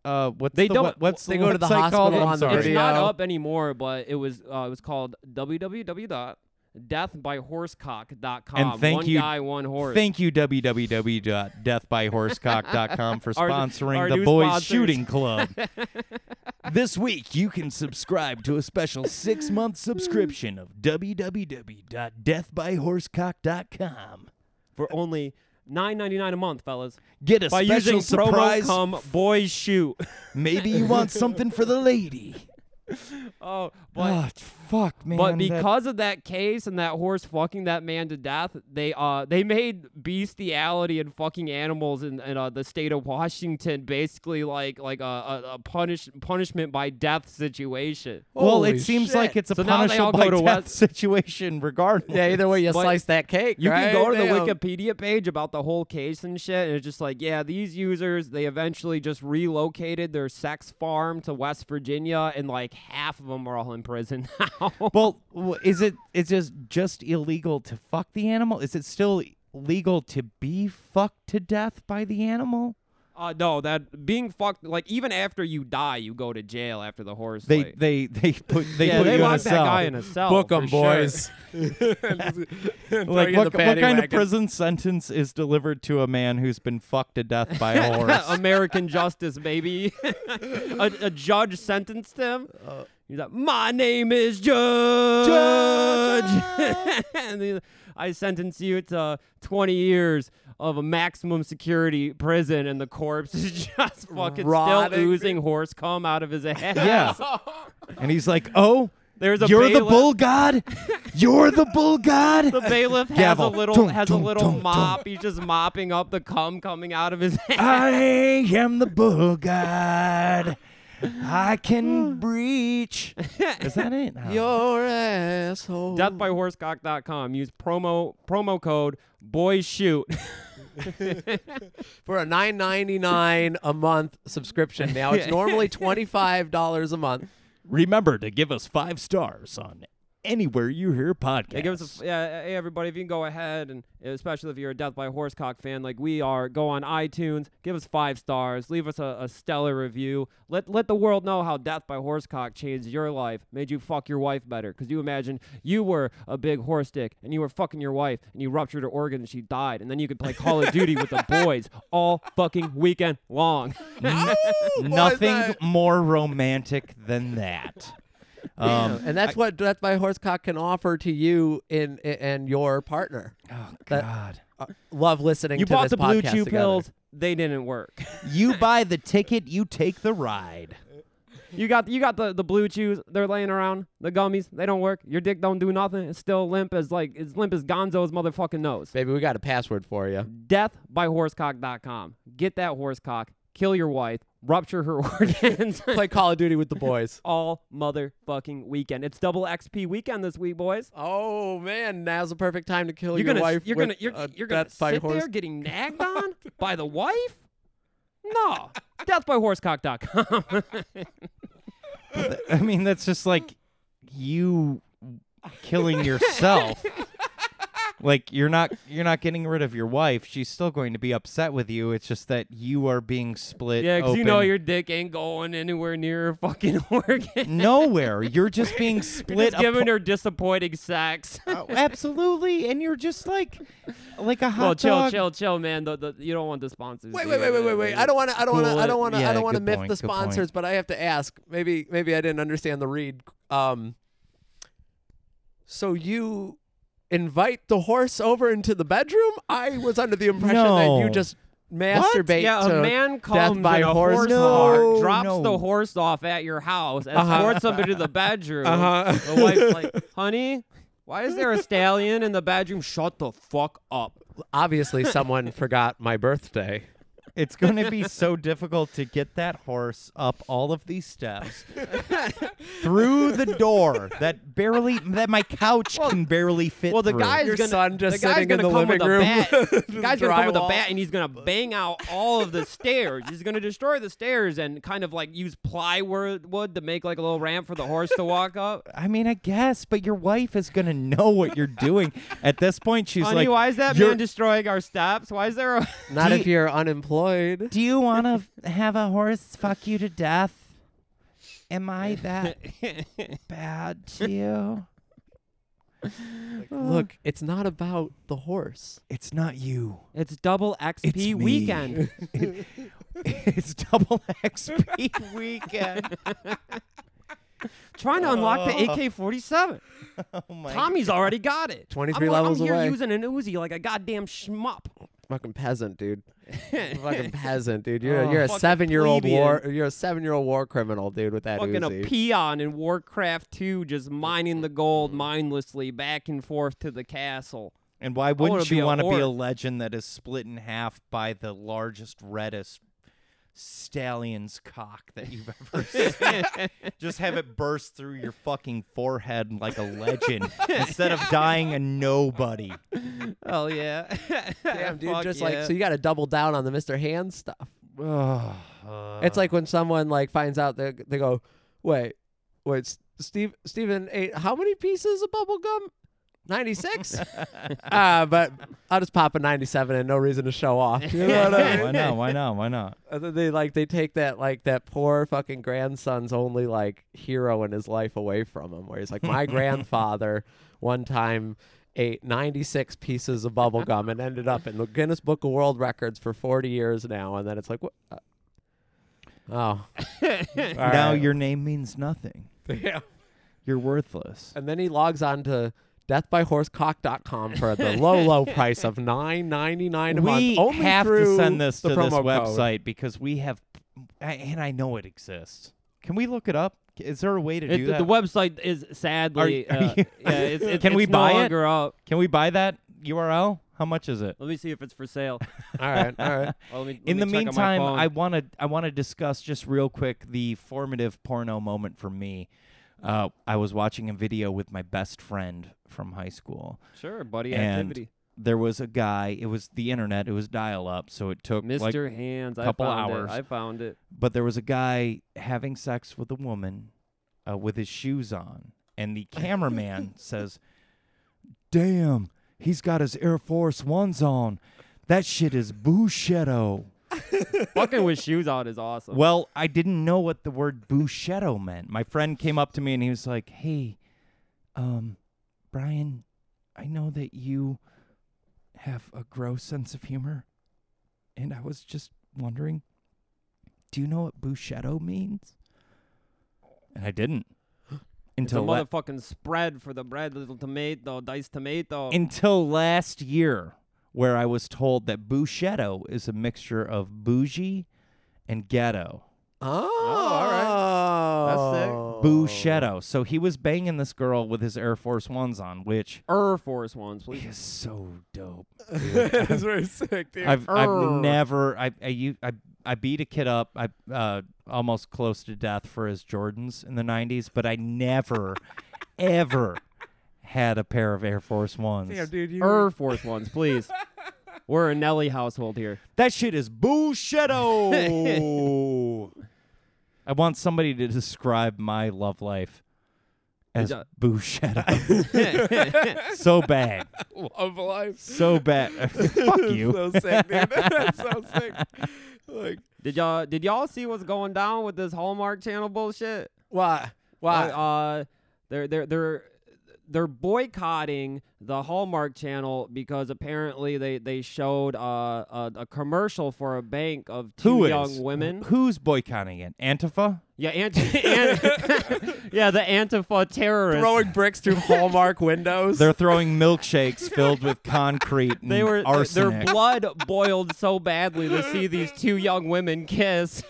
E: Uh, what's
C: They
E: the,
C: don't-
E: what- What's
D: they
E: the
D: go to the
E: website called?
D: hospital
E: I'm
D: on the
E: sorry.
C: It's not
D: Video.
C: up anymore, but it was uh, it was called www.deathbyhorsecock.com.
E: And thank
C: one
E: you-
C: guy, one horse.
E: Thank you, www.deathbyhorsecock.com, for
C: Our-
E: sponsoring
C: our
E: the
C: new
E: Boys
C: sponsors.
E: Shooting Club. this week, you can subscribe to a special six month subscription of www.deathbyhorsecock.com.
C: for only nine ninety nine a month, fellas.
E: Get a
C: By
E: special
C: using
E: surprise.
C: promo cum boys shoot.
E: Maybe you want something for the lady.
C: oh, but
D: ah,
E: But fuck, Ah, man.
C: but
E: that-
C: because of that case and that horse fucking that man to death, they uh they made bestiality and fucking animals in, in uh, the state of Washington basically like like a, a, a punish punishment by death situation.
E: well,
D: Holy
E: it seems
D: shit.
E: like it's a
C: So now they
E: punishable
C: all
E: by
C: go to
E: death
C: West-
E: situation, regardless.
D: Yeah, either way, you
C: But
D: slice that cake.
C: You
D: right?
C: can go to the
D: Damn.
C: Wikipedia page about the whole case and shit, and it's just like, yeah, these users they eventually just relocated their sex farm to West Virginia, and like half of them are all in prison now.
E: Well, w- is it is just just illegal to fuck the animal? Is it still legal to be fucked to death by the animal?
C: uh, no, that being fucked like even after you die, you go to jail after the horse.
E: They
C: fight.
E: they they put they
C: yeah,
E: put
C: they
E: you in a
C: locked that
E: cell.
C: guy in a cell.
D: Book
C: for
D: 'em,
C: sure.
D: boys.
E: like what, what kind of prison sentence is delivered to a man who's been fucked to death by a
C: um,
E: horse?
C: American justice, baby. a, a judge sentenced him.
E: Uh.
C: He's like, "My name is Judge,", and he's like, I sentence you to 20 years of a maximum security prison, and the corpse is just fucking
D: Rotting.
C: still oozing horse cum out of his ass.
E: yeah, and he's like, "Oh,
C: There's a
E: you're the
C: bailiff-
E: bull god. You're the bull god."
C: The bailiff has a
E: Gavel.
C: little
E: Dunk,
C: has a
E: dunk,
C: little
E: dunk, dunk.
C: mop. He's just mopping up the cum coming out of his ass.
E: I am the bull god. I can breach. Is that it? Oh.
D: Your asshole.
C: deathbyhorsecock.com. Use promo promo code boys shoot.
D: for a nine ninety nine a month subscription. Now it's normally twenty five dollars a month.
E: Remember to give us five stars on anywhere you hear podcasts.
C: They give us a, yeah, hey everybody, if you can go ahead and especially if you're a Death by Horsecock fan like we are, go on iTunes, give us five stars, leave us a, a stellar review. Let let the world know how Death by Horsecock changed your life, made you fuck your wife better. Cause you imagine you were a big horse dick and you were fucking your wife and you ruptured her organ and she died, and then you could play Call of Duty with the boys all fucking weekend long.
D: Oh, boy,
E: Nothing
D: that-
E: more romantic than that. Um,
D: and that's what that's my horsecock can offer to you in, in and your partner.
E: oh
D: That-
E: God!
D: Uh, love listening
C: you
D: to
C: bought
D: this
C: the blue
D: podcast
C: chew
D: together.
C: pills, they didn't work.
E: you buy the ticket, you take the ride.
C: You got you got the, the blue chews. They're laying around. The gummies. They don't work. Your dick don't do nothing. It's still limp as like it's limp as Gonzo's motherfucking nose.
D: Baby, we got a password for you.
C: Death by horsecock.com. Get that horsecock. Kill your wife. Rupture her organs.
D: Play Call of Duty with the boys.
C: all motherfucking weekend. It's double XP weekend this week, boys.
D: Oh man, now's the perfect time to kill
C: You're
D: your
C: gonna
D: wife.
C: you're
D: with
C: gonna you're,
D: a
C: you're gonna
D: death by
C: sit
D: horse.
C: there getting nagged on by the wife? No. Death by horsecock.com.
E: I mean, that's just like you killing yourself. like you're not you're not getting rid of your wife. She's still going to be upset with you. It's just that you are being split.
C: yeah,
E: because
C: you know your dick ain't going anywhere near her fucking organ.
E: nowhere. You're just being
C: You're
E: split.
C: just giving
E: apart-
C: her disappointing sex.
E: Oh, absolutely, and you're just like like a hot
C: well, chill,
E: dog.
C: chill, chill, man. The, the, you don't want the sponsors.
D: Wait,
C: to
D: wait,
C: hear
D: wait, wait,
C: that,
D: wait, wait.
C: man.
D: I don't want to. I don't want to.
E: Cool
D: I
E: it.
D: don't want to. I
E: Yeah,
D: don't want to
E: good
D: miff
E: point,
D: the
E: good point.
D: sponsors, but I have to ask. Maybe, maybe I didn't understand the read. Um, so you invite the horse over into the bedroom? I was under the impression that you
E: No.
D: just masturbate.
C: Yeah,
D: to
C: a man
D: death
C: comes
D: by
C: and a horse,
D: horse.
E: No,
C: drops the
E: no.
C: horse off at your house, escorts
D: Uh-huh.
C: somebody to the bedroom.
D: Uh-huh.
C: The wife's like, "Honey, why is there a stallion in the bedroom? Shut the fuck up."
D: Obviously, someone forgot my birthday.
E: It's going to be so difficult to get that horse up all of these steps through the door that barely that my couch can barely fit.
C: Well, the
E: through.
C: guy's
D: Your
C: gonna
D: son just
C: the guy's
D: sitting in
C: gonna
D: the
C: come
D: living
C: with
D: room
C: A bat.
D: with
C: The guy's gonna come with a
D: drywall.
C: bat and he's gonna bang out all of the stairs. He's gonna destroy the stairs and kind of like use plywood wood to make like a little ramp for the horse to walk up.
E: I mean, I guess, but your wife is gonna know what you're doing. At this point, she's
C: Honey,
E: like,
C: why is that
E: "You're-
C: man destroying our steps? Why is there a
D: Not
E: Do
D: if
E: you-
D: you're unemployed.
E: "Do you want to have a horse fuck you to death? Am I that bad to you?
D: Look, it's not about the horse.
E: It's not you.
C: It's double XP
E: It's me.
C: weekend.
E: It- it's double XP weekend.
C: Trying to unlock the
E: Oh.
C: AK 47.
E: Oh my!
C: Tommy's already got it.
D: 23
C: I'm, like-
D: levels
C: I'm here
D: away.
C: using an Uzi like a goddamn schmup.
D: Fucking peasant, dude. fucking peasant, dude. You're, you're a
C: Oh, fucking
D: seven-year-old
C: plebeian.
D: war. You're a seven-year-old war criminal, dude. With that
C: Fucking a
D: Uzi.
C: peon in Warcraft 2 just mining the gold mindlessly back and forth to the castle.
E: And why
C: wanna
E: wouldn't
C: be
E: you
C: a
E: want to be a
C: horse.
E: legend that is split in half by the largest, reddest stallion's cock that you've ever seen? Just have it burst through your fucking forehead like a legend instead of dying a nobody.
C: Oh, yeah.
D: Damn, dude.
C: Fuck
D: just
C: yeah.
D: like so, you got to double down on the Mr. Hand stuff.
C: Uh.
E: Ugh.
D: it's like when someone like finds out they they go, wait, wait, S- Steve Stephen ate how many pieces of bubble gum? Ninety six. uh, but I'll just pop a ninety seven and no reason to show off. You know what I mean?
E: why not? Why not? Why not?
D: And then Uh, they like they take that like that poor fucking grandson's only like hero in his life away from him, where he's like, my grandfather one time ate 96 pieces of bubble gum and ended up in the Guinness Book of World Records for 40 years now, and then it's like, what? uh, oh, All
E: now
D: right.
E: your name means nothing. You're worthless.
D: And then he logs on to deathbyhorsecock.com for the low, low price of nine ninety nine a
E: we
D: month. Only
E: have
D: through
E: to send this
D: the
E: to
D: promo
E: this
D: code.
E: website because we have, I- and I know it exists. Can we look it up? Is there a way to
C: It-
E: do
C: the,
E: that?
C: the website is sadly.
E: Are- are
C: uh,
E: you-
C: yeah, it's, it's,
E: Can we
C: it's
E: buy
C: no
E: it?
C: longer up.
E: Can we buy that URL? How much is it?
C: Let me see if it's for sale.
D: All right, all right.
C: Oh, let me- let
E: In
C: me check
E: the
C: on my
E: meantime,
C: phone.
E: I want to I want to discuss just real quick the formative porno moment for me. Uh, I was watching a video with my best friend from high school,
C: Sure, buddy.
E: and
C: Activity.
E: there was a guy. It was the internet. It was dial up, so it took like
C: Mr. Hands.
E: couple
C: I found
E: hours.
C: It. I found it.
E: but there was a guy having sex with a woman uh, with his shoes on and the cameraman says, "Damn, he's got his Air Force Ones on. That shit is bushetto."
C: Fucking with shoes on is awesome.
E: Well, I didn't know what the word bushetto meant. My friend came up to me and he was like, "Hey, um, Brian, I know that you have a gross sense of humor, and I was just wondering, do you know what bushetto means?" And I didn't
C: it's a
E: until la-
C: motherfucking spread for the bread, little tomato, diced tomato.
E: until last year, where I was told that bushetto is a mixture of bougie and ghetto.
D: Oh,
C: all
D: right. Oh.
C: right.
E: Bushetto. So he was banging this girl with his Air Force Ones on, which
C: Air Force Ones, please.
E: is so dope.
D: That's very sick, dude.
E: I've I've
C: Err.
E: never I I u- I I beat a kid up I uh almost close to death for his Jordans in the 90s, but I never ever had a pair of Air Force Ones.
D: Damn, dude, you
C: Air Force Ones, please. We're a Nelly household here.
E: That shit is bushetto. I want somebody to describe my love life as
C: a-
E: bushetto.
C: That's
E: so bad.
D: love life.
E: So bad. Fuck you.
D: so sick, dude. That's so sick. Like,
C: Did y'all did y'all see what's going down with this Hallmark Channel bullshit?
D: why? Why?
C: Like, uh, they're they're they're they're boycotting the Hallmark Channel because apparently they they showed uh, a, a commercial for a bank of two
E: Who is
C: young women.
E: Who's boycotting it? Antifa?
C: Yeah, anti- an- yeah, the Antifa terrorists.
D: Throwing bricks through Hallmark windows.
E: They're throwing milkshakes filled with concrete and
C: they were th- their
E: arsenic.
C: blood boiled so badly to see these two young women kiss.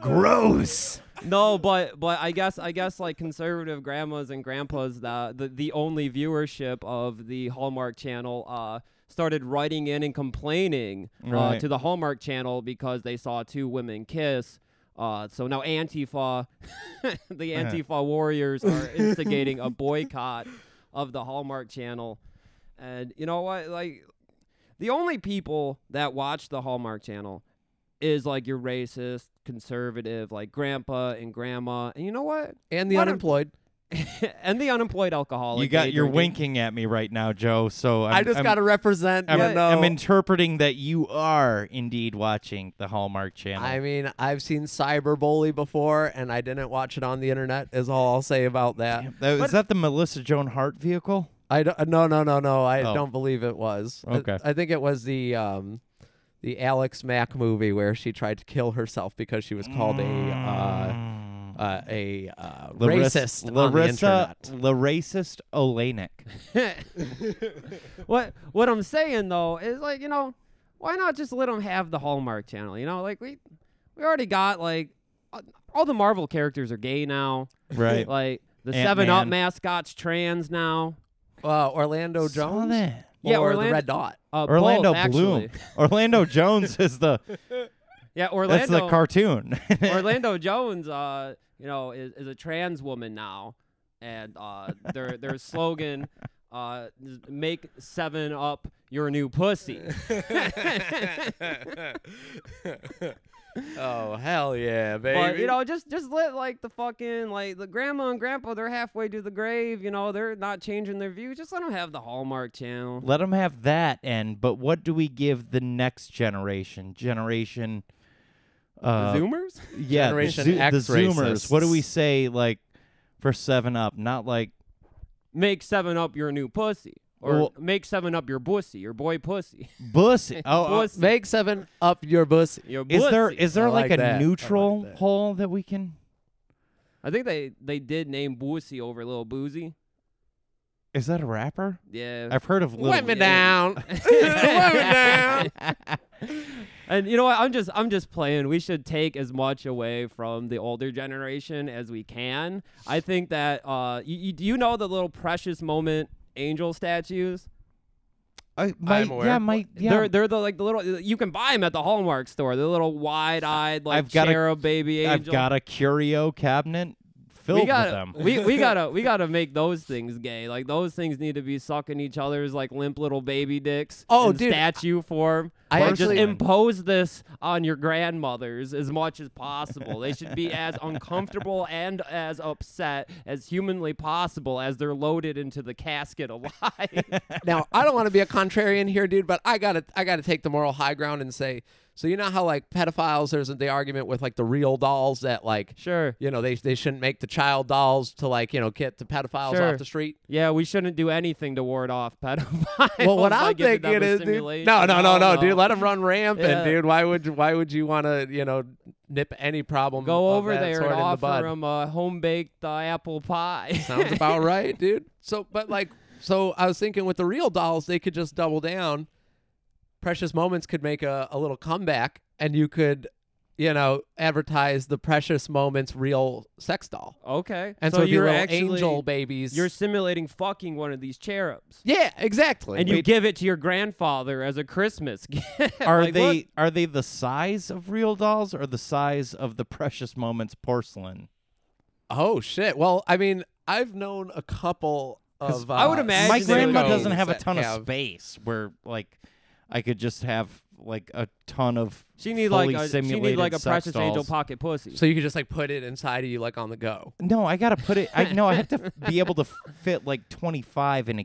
E: Gross.
C: No, but but I guess I guess like conservative grandmas and grandpas the the, the only viewership of the Hallmark Channel uh, started writing in and complaining uh,
E: Right.
C: to the Hallmark Channel because they saw two women kiss. Uh, so now Antifa, the Antifa warriors are instigating a boycott of the Hallmark Channel, and you know what? Like the only people that watch the Hallmark Channel is like your racist, conservative, like grandpa and grandma, and you know what?
D: and the
C: Why don't-
D: unemployed.
C: and the unemployed alcoholic.
E: You got
C: day
E: you're
C: drinking.
E: winking at me right now, Joe. So I'm,
D: i just
E: I'm-
D: got to represent.
E: I'm,
D: you
E: I'm
D: know,
E: interpreting that you are indeed watching the Hallmark Channel.
D: I mean, I've seen cyberbully before, and I didn't watch it on the internet. Is all I'll say about that.
E: That- is that the Melissa Joan Hart vehicle?
D: I don't, no, no, no, no. I
E: Oh.
D: don't believe it was. I-
E: Okay.
D: I, think it was the um, the Alex Mack movie where she tried to kill herself because she was called a uh, uh, a uh,
E: Laris-
D: racist on the
E: Mm. Larissa,
D: internet.
E: La racist Olenek.
C: what what I'm saying though is like you know why not just let them have the Hallmark Channel? You know, like we we already got like uh, all the Marvel characters are gay now.
E: Right.
C: Like the
E: Ant-Man.
C: Seven Up mascot's trans now.
D: Uh, Orlando Jones.
E: that.
D: Or
C: Yeah,
D: the
C: Orlando-
D: Red Dot.
C: Uh, both,
E: Orlando
C: actually.
E: Bloom. Orlando Jones is the
C: Yeah, Orlando.
E: that's the cartoon.
C: Orlando Jones, uh, you know, is, is a trans woman now, and uh, their their slogan, uh, is "Make Seven Up Your New Pussy."
D: oh hell yeah, baby!
C: But you know, just just let like the fucking like the grandma and grandpa, they're halfway to the grave. You know, they're not changing their views. Just let them have the Hallmark Channel.
E: Let them have that end, but what do we give the next generation? Generation uh
C: Zoomers.
E: yeah, the
D: Generation
E: Zoo-
D: X
E: the Zoomers. What do we
D: racists.
E: say like for 7 up? Not like
C: Make Seven Up Your New Pussy, or
E: Well-
C: make Seven Up Your Pussy, your boy pussy.
E: bussy. Oh, uh,
C: Bussy.
D: make seven up your bussy.
C: Your
E: is there
C: bussy.
E: is there
D: I
E: like,
D: like
E: a
D: that. I like
E: neutral
D: that.
E: hole that we can
C: I think they they did name Boosie over Little Boozy.
E: Is that a rapper?
C: Yeah.
E: I've heard of Lil
D: Let me
C: Yeah.
D: down. Let me down.
C: And you know what? I'm just I'm just playing. We should take as much away from the older generation as we can. I think that uh, you, you, do you know the little precious moment angel statues?
E: I, my,
D: aware.
E: Yeah, my yeah.
C: They're they're the like the little you can buy them at the Hallmark store. The little wide eyed like
E: I've got a-
C: cherub baby angel.
E: I've got a curio cabinet filled
C: we gotta,
E: with them.
C: we we gotta we gotta make those things gay. Like those things need to be sucking each other's like limp little baby dicks.
D: Oh,
C: in
D: dude,
C: statue form.
D: I
C: Like,
D: actually-
C: just impose this on your grandmothers as much as possible. they should be as uncomfortable and as upset as humanly possible as they're loaded into the casket alive.
D: now I don't want to be a contrarian here, dude, but I gotta I gotta take the moral high ground and say, so you know how like pedophiles, there's the argument with like the real dolls that like
C: sure.
D: you know they they shouldn't make the child dolls to like you know get the pedophiles
C: Sure.
D: off the street.
C: Yeah, we shouldn't do anything to ward off pedophiles.
D: Well, what
C: by
D: I'm
C: giving them
D: thinking
C: a
D: is, dude,
C: simulation.
D: no, no, no, no, dude, let them run rampant,
C: Yeah.
D: dude. Why would why would you want to you know nip any problem?
C: Go
D: Mm, of
C: over
D: that
C: there
D: sort
C: and
D: in the
C: offer
D: bud?
C: them a home baked uh, apple pie.
D: Sounds about right, dude. So, but like, so I was thinking with the real dolls, they could just double down. Precious Moments could make a, a little comeback, and you could, you know, advertise the Precious Moments real sex doll.
C: okay.
D: And so,
C: so,
D: it'd be
C: you're
D: little
C: actually
D: angel babies.
C: you're simulating fucking one of these cherubs,
D: yeah, exactly.
C: and you
D: Wait,
C: give it to your grandfather as a Christmas gift.
E: Are
C: Like,
E: they
C: look,
E: are they the size of real dolls or the size of the precious moments porcelain?
D: oh shit. Well, I mean, I've known a couple
E: 'Cause
D: of. Uh,
C: I would imagine
E: my
C: they would
E: grandma
C: go
E: doesn't have a
D: that
E: ton
D: have-
E: of space where like I could just have like a ton of
C: she need like
E: fully
C: a she need
E: simulated
C: like a
E: sex
C: precious angel
E: dolls.
C: pocket pussy.
D: So you could just like put it inside of you, like on the go.
E: No, I gotta put it. I no, I have to be able to fit like twenty five in a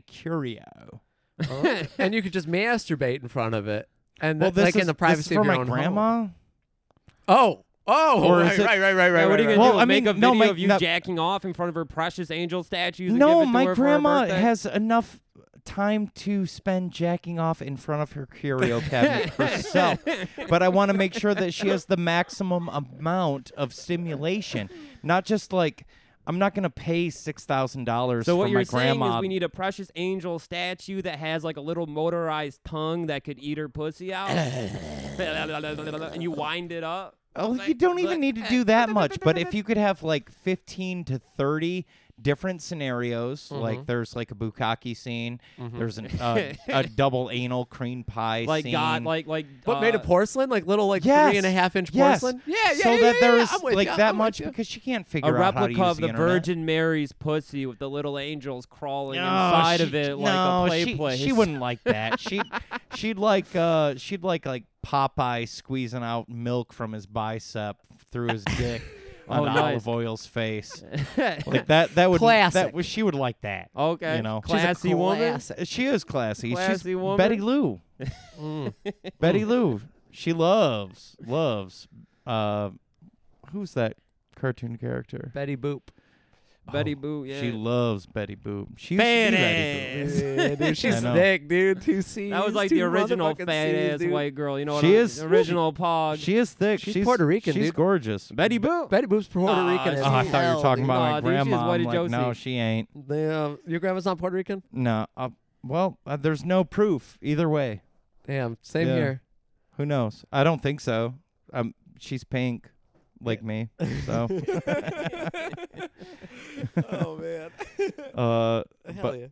C: Oh.
E: curio.
D: Huh? and you could just masturbate in front of it. And
E: Well,
D: th-
E: this
D: like
E: is
D: in the
E: this
D: privacy
E: is for
D: of your
E: my
D: own home.
E: grandma.
D: Oh, oh,
E: Or
D: right,
E: is it-
D: right, right, right,
C: Yeah,
D: right.
C: what are you gonna
D: right,
E: right.
C: do?
E: Well, I
C: make
E: mean,
C: a
E: no,
C: video
E: my-
C: of you
E: no-
C: jacking off in front of her precious angel statues? and give
E: No,
C: it to
E: my
C: her for her
E: grandma
C: birthday?
E: has enough time to spend jacking off in front of her curio cabinet herself. But I want to make sure that she has the maximum amount of stimulation, not just like I'm not gonna pay six thousand dollars
C: So
E: for
C: what
E: my
C: you're saying
E: grandma.
C: is we need a precious angel statue that has like a little motorized tongue that could eat her pussy out, and you wind it up.
E: Oh, you don't even need to do that much. But if you could have like 15 to 30 different scenarios,
C: Mm-hmm.
E: like there's like a bukkake scene, there's an, uh, a double anal cream pie
C: Like
E: scene.
C: God, like like
D: What
C: uh,
D: made of porcelain? Like little like
E: Yes,
D: three and a half inch
E: yes.
D: porcelain? Yeah, yeah.
E: so
D: yeah,
E: that
D: yeah,
E: there's
D: yeah. I'm with
E: like
D: ya,
E: that
D: I'm
E: much
D: with ya.
E: because she can't
C: a
E: figure out how to
C: replica
E: use
C: of the,
E: internet.
C: Virgin Mary's pussy with the little angels crawling
E: No,
C: inside
E: she-
C: of it
E: no,
C: like a play
E: she,
C: place.
E: She wouldn't like that. She she'd like uh she'd like like Popeye squeezing out milk from his bicep through his dick on
C: Oh, nice.
E: olive oil's face. like that that would
D: Classic.
E: that was she would like that.
C: okay,
E: You know.
D: She's a
C: classy woman.
D: classic.
E: She is classy.
C: Classy
E: She's
C: woman.
E: Betty Lou.
C: Mm.
E: Betty Lou. She loves loves uh who's that cartoon character?
D: Betty Boop.
C: Betty
E: Oh,
C: Boo, yeah.
E: She loves Betty Boop. She used to be Betty Boop.
C: Badass.
D: Yeah, dude, she's
E: I know.
D: thick, dude. Two C's.
C: that was like
D: two
C: the original
D: motherfucking
C: fat
D: C's,
C: ass
D: dude.
C: white girl. You know what
E: She
C: I mean?
E: is-
C: original pog.
E: She is thick.
D: She's Puerto Rican,
E: She's
D: dude.
E: gorgeous.
C: Betty Boo.
D: Betty Boop's Puerto
C: Ah,
D: Rican.
C: she-
E: Oh,
D: as
E: I thought you
D: hell,
E: were talking
D: dude.
E: about
C: Nah,
E: my
C: dude, she is
E: grandma.
C: Whitey
E: I'm like, no,
C: Josie.
E: she ain't.
D: Damn, your grandma's not Puerto Rican.
E: No. Uh, well, uh, there's no proof either way.
D: Damn, same
E: Yeah.
D: here.
E: Who knows? I don't think so. Um, she's pink, like me. So,
D: oh man,
E: uh,
D: hell
E: but
D: yeah.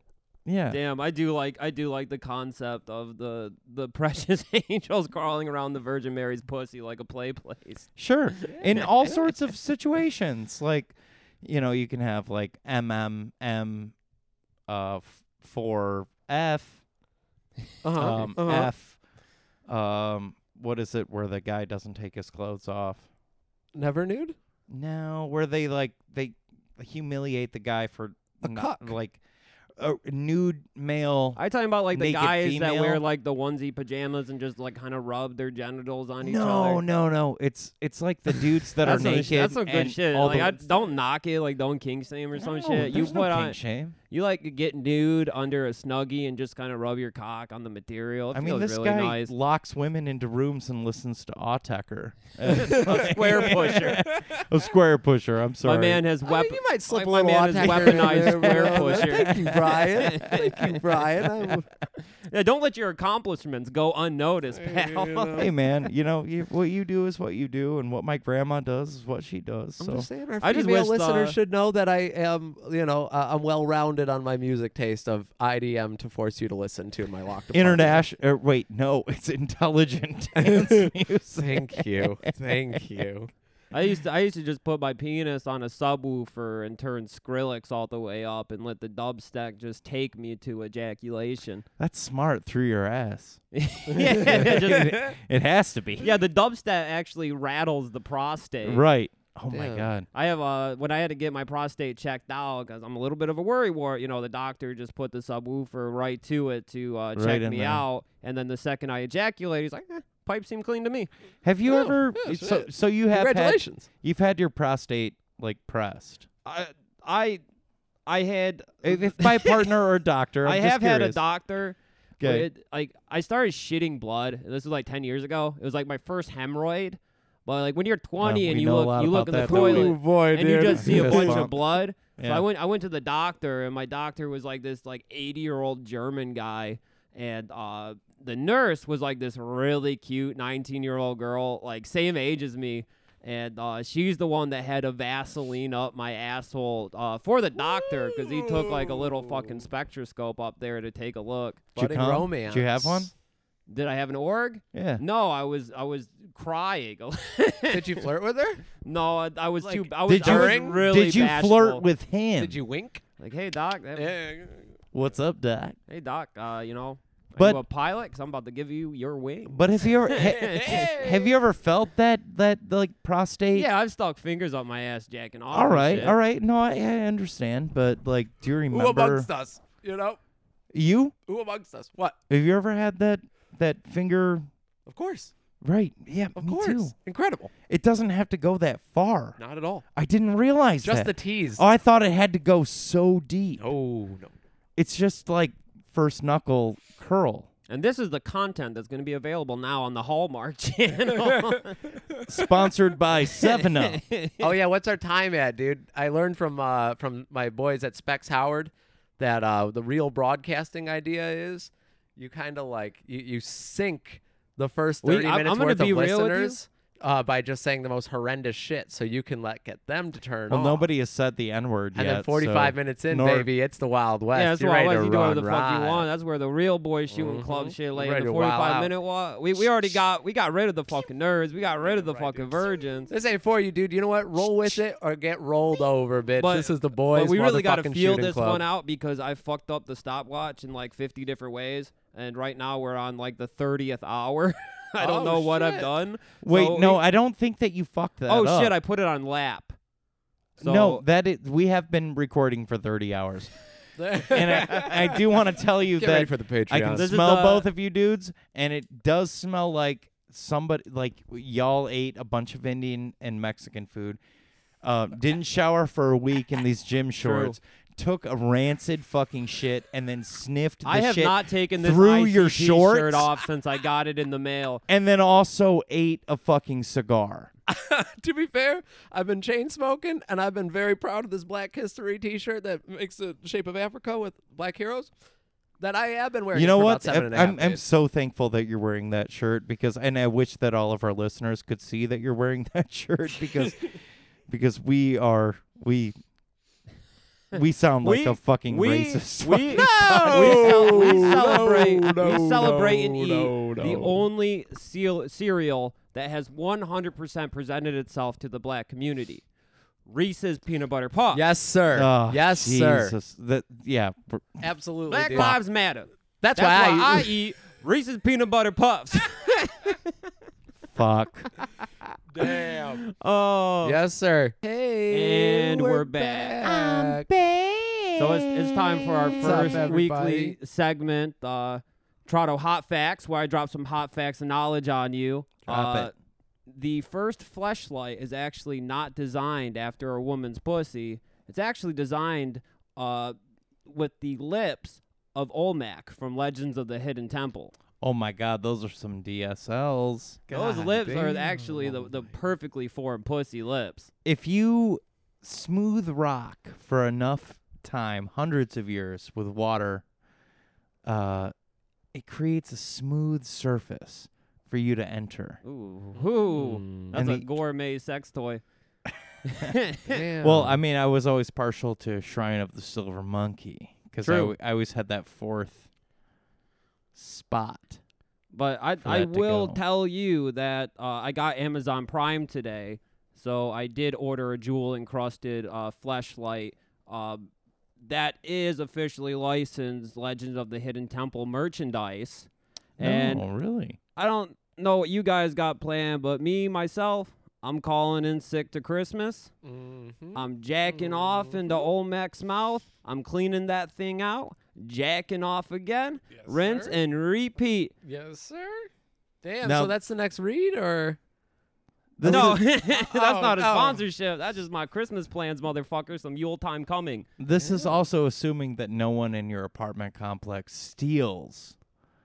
E: yeah.
C: Damn, I do like I do like the concept of the the precious angels crawling around the Virgin Mary's pussy like a play place.
E: Sure. In all sorts of situations. Like, you know, you can have like MMM uh, f- for F,
D: Uh-huh.
E: um,
D: uh-huh.
E: F. Um, what is it where the guy doesn't take his clothes off?
D: Never nude.
E: No, where they like, they humiliate the guy for
D: A
E: not
D: cuck.
E: like a nude male.
C: I talking about like the
E: Naked
C: guys that wear
E: female?
C: like the onesie pajamas and just like kind of rub their genitals on each
E: no,
C: other.
E: no, no. It's it's like the dudes that are
C: That's some
E: naked.
C: sh- that's some good
E: and
C: shit.
E: all
C: Like,
E: the-
C: I, don't knock it. Like don't kink shame or some
E: No,
C: shit. You
E: there's
C: put
E: no
C: on
E: kink shame.
C: you like get nude under a snuggie and just kind of rub your cock on the material. It
E: I mean,
C: feels
E: this
C: really
E: guy
C: nice.
E: locks women into rooms and listens to Autechre.
C: a square pusher.
E: a square pusher. I'm sorry.
C: My man has
D: I
C: weapon.
D: mean, you might slip
C: my
D: a little
C: man is
D: attacker in
C: weaponized
D: there,
C: square
D: but, uh,
C: pusher.
D: Thank you, Brian. Thank you, Brian. I'm-
C: Yeah, don't let your accomplishments go unnoticed, pal.
E: Hey man, you know you, what you do is what you do, and what my grandma does is what she does.
D: I'm
E: So
D: just saying, our
C: I just
D: female
C: wish,
D: listeners
C: uh,
D: should know that I am, you know, uh, I'm well rounded on my music taste of IDM to force you to listen to in my locked apartment.
E: international. Uh, wait, no, it's intelligent dance music.
D: Thank you, thank you.
C: I used to I used to just put my penis on a subwoofer and turn Skrillex all the way up and let the dubstep just take me to ejaculation.
E: That's smart through your ass.
C: yeah, just-
E: it, it has to be.
C: yeah, the dubstep actually rattles the prostate.
E: Right. Oh my
D: Damn.
E: god.
C: I have uh when I had to get my prostate checked out because I'm a little bit of a worry wart. You know, the doctor just put the subwoofer right to it to uh, check
E: in
C: me
E: there.
C: out, and then the second I ejaculate, he's like, eh, "Pipe seemed clean to me."
E: Have you
D: Oh,
E: ever?
D: yeah,
E: so,
D: shit.
E: so you have had,
D: Congratulations.
E: you've had your prostate like pressed.
C: I I I had
E: If if by partner or doctor, I'm
C: I
E: just
C: have had a
E: curious.
C: doctor. but
E: 'Kay.
C: It, like I started shitting blood. and This was like ten years ago. It was like my first hemorrhoid. But like when you're 20
E: Wow,
C: and
E: we
C: you
E: know a
C: look
E: lot
C: you look in
E: about
C: the
E: that, don't we?
C: toilet
D: Ooh, boy,
C: and you
D: dude.
C: just see a
E: Fist
C: bunch of
E: bump.
C: blood. So
E: Yeah.
C: I went I went to the doctor and my doctor was like this like 80 year old German guy and uh the nurse was like this really cute 19 year old girl like same age as me and uh, she's the one that had a Vaseline up my asshole uh, for the doctor because he took like a little fucking spectroscope up there to take a look.
E: Did you
D: Budding
E: come?
D: romance.
E: Did you have one?
C: Did I have an org?
E: Yeah.
C: No, I was I was crying.
D: Did you flirt with her?
C: no, I, I was too.
D: Like,
C: I was,
E: did you-
C: I was
D: During?
C: really
E: Did you
C: bashful.
E: flirt with him?
D: Did you wink?
C: Like, hey doc, that,
D: Yeah.
E: What's up, Doc?
C: Hey Doc, uh, you know, are
E: But-
C: you a pilot? Because I'm about to give you your wing.
E: But have you ever ha- have you ever felt that that like prostate?
C: Yeah, I've stuck fingers up my ass, Jack, and all.
E: All right, all right. No, I, I understand, but like, do you
D: Who
E: remember
D: amongst us? You know?
E: you?
D: Who amongst us? What?
E: Have you ever had that that finger?
D: Of course.
E: Right. Yeah.
D: Of
E: me
D: course.
E: too.
D: Incredible.
E: It doesn't have to go that far.
D: Not at all.
E: I didn't realize
D: Just
E: that.
D: the tease.
E: Oh, I thought it had to go so deep.
D: no, no.
E: It's just like first knuckle curl.
C: And this is the content that's going to be available now on the Hallmark channel.
E: Sponsored by Seven Up.
D: oh yeah, what's our time at, dude? I learned from uh, from my boys at Specs Howard that uh, the real broadcasting idea is you kind of like you, you sync the first
C: We-
D: thirty
C: I'm-
D: minutes
C: I'm gonna
D: worth
C: be real
D: of
C: with you.
D: listeners uh, by just saying the most horrendous shit, so you can let get them to turn
E: Well,
D: off.
E: nobody has said the N word yet.
D: And then forty-five
E: so
D: minutes in,
E: nor-
D: baby, it's the Wild West.
C: yeah, that's
D: You're
C: what I
D: ready
C: was.
D: to
C: You do
D: run
C: whatever the fuck you
D: riot.
C: want. That's where the real boys shooting club shit lay in
D: Mm-hmm. Ready
C: the
D: to wild
C: 45
D: out.
C: minute walk. We, we already got we got rid of the fucking nerds. We got rid of the fucking virgins.
D: This ain't for you, dude. You know what? Roll with it or get rolled over, bitch.
C: But-
D: this is the boys.
C: But we really got to
D: motherfucking
C: feel
D: shooting
C: this
D: club.
C: one out because I fucked up the stopwatch in like 50 different ways, and right now we're on like the 30th hour. I don't
D: Oh,
C: know what I've
D: shit.
C: done.
E: Wait,
C: So
E: no,
C: we-
E: I don't think that you fucked that.
C: oh
E: up.
C: shit! I put it on lap. So
E: no, that is, we have been recording for 30 hours. and I, I do want to tell you
D: Get
E: that
D: ready for the
E: I can
D: Patreon.
C: This is uh,
E: smell
C: the-
E: both of you dudes, and it does smell like somebody like y'all ate a bunch of Indian and Mexican food, uh, didn't shower for a week in these gym shorts, took a rancid fucking shit, and then sniffed. The
C: I have
E: shit
C: not taken this
E: through your
C: ICP
E: shorts?
C: shirt off since I got it in the mail.
E: and then also ate a fucking cigar.
D: to be fair, I've been chain smoking, and I've been very proud of this Black History T-shirt that makes the shape of Africa with black heroes that I have been wearing.
E: You know
D: for
E: what?
D: About seven and a half
E: I'm, I'm
D: days.
E: so thankful that you're wearing that shirt because, and I wish that all of our listeners could see that you're wearing that shirt because, because we are we. We sound like
C: We-
E: a fucking
C: we-
E: racist.
C: we-
E: fucking
C: No!
E: podcast.
C: We, cel- we
D: No,
C: celebrate,
D: no,
C: we celebrate and
D: no,
C: eat
D: no,
C: the
D: no.
C: only seal- cereal that has 100% presented itself to the black community. Reese's peanut butter puff.
D: yes, sir.
E: Oh,
D: yes, sir.
E: Jesus. That yeah. br-
D: Absolutely.
C: Black
D: dude.
C: lives matter.
D: That's,
C: That's why,
D: why
C: I, eat Reese's peanut butter puffs.
E: Fuck.
D: Damn.
C: oh.
D: Yes, sir. Hey,
C: And we're back. So it's, it's time for our
D: What's up,
C: first weekly
D: everybody?
C: segment, uh, Toronto Hot Facts, where I drop some hot facts and knowledge on you.
E: Drop
C: Uh,
E: it.
C: The first fleshlight is actually not designed after a woman's pussy. It's actually designed uh, with the lips of Olmec from Legends of the Hidden Temple.
E: Oh my God. Those are some DSLs.
C: Those
E: God
C: lips are
E: damn.
C: actually the,
D: Oh
C: the perfectly formed pussy lips.
E: if you smooth rock for enough time, hundreds of years with water, uh, it creates a smooth surface for you to enter.
C: Ooh, Ooh.
D: Mm.
C: that's
E: And
C: a
E: the-
C: gourmet sex toy.
E: Well, I mean, I was always partial to Shrine of the Silver Monkey because I,
C: True.
E: w- I always had that fourth spot.
C: But I
E: for
C: I
E: that to
C: will
E: go.
C: tell you that uh, I got Amazon Prime today, So I did order a jewel encrusted uh, flashlight. Um, that is officially licensed Legends of the Hidden Temple merchandise. And
E: oh, really?
C: I don't know what you guys got planned, but me, myself, I'm calling in sick to Christmas.
D: Mm-hmm.
C: I'm jacking off into old Mac's mouth. I'm cleaning that thing out, jacking off again,
D: Yes,
C: rinse
D: sir.
C: and repeat.
D: yes, sir. Damn.
E: Now-
D: so that's the next read, or
E: This
C: no,
E: is-
C: that's not a
D: oh.
C: sponsorship. That's just my Christmas plans, motherfucker. Some Yule time coming.
E: This is also assuming that no one in your apartment complex steals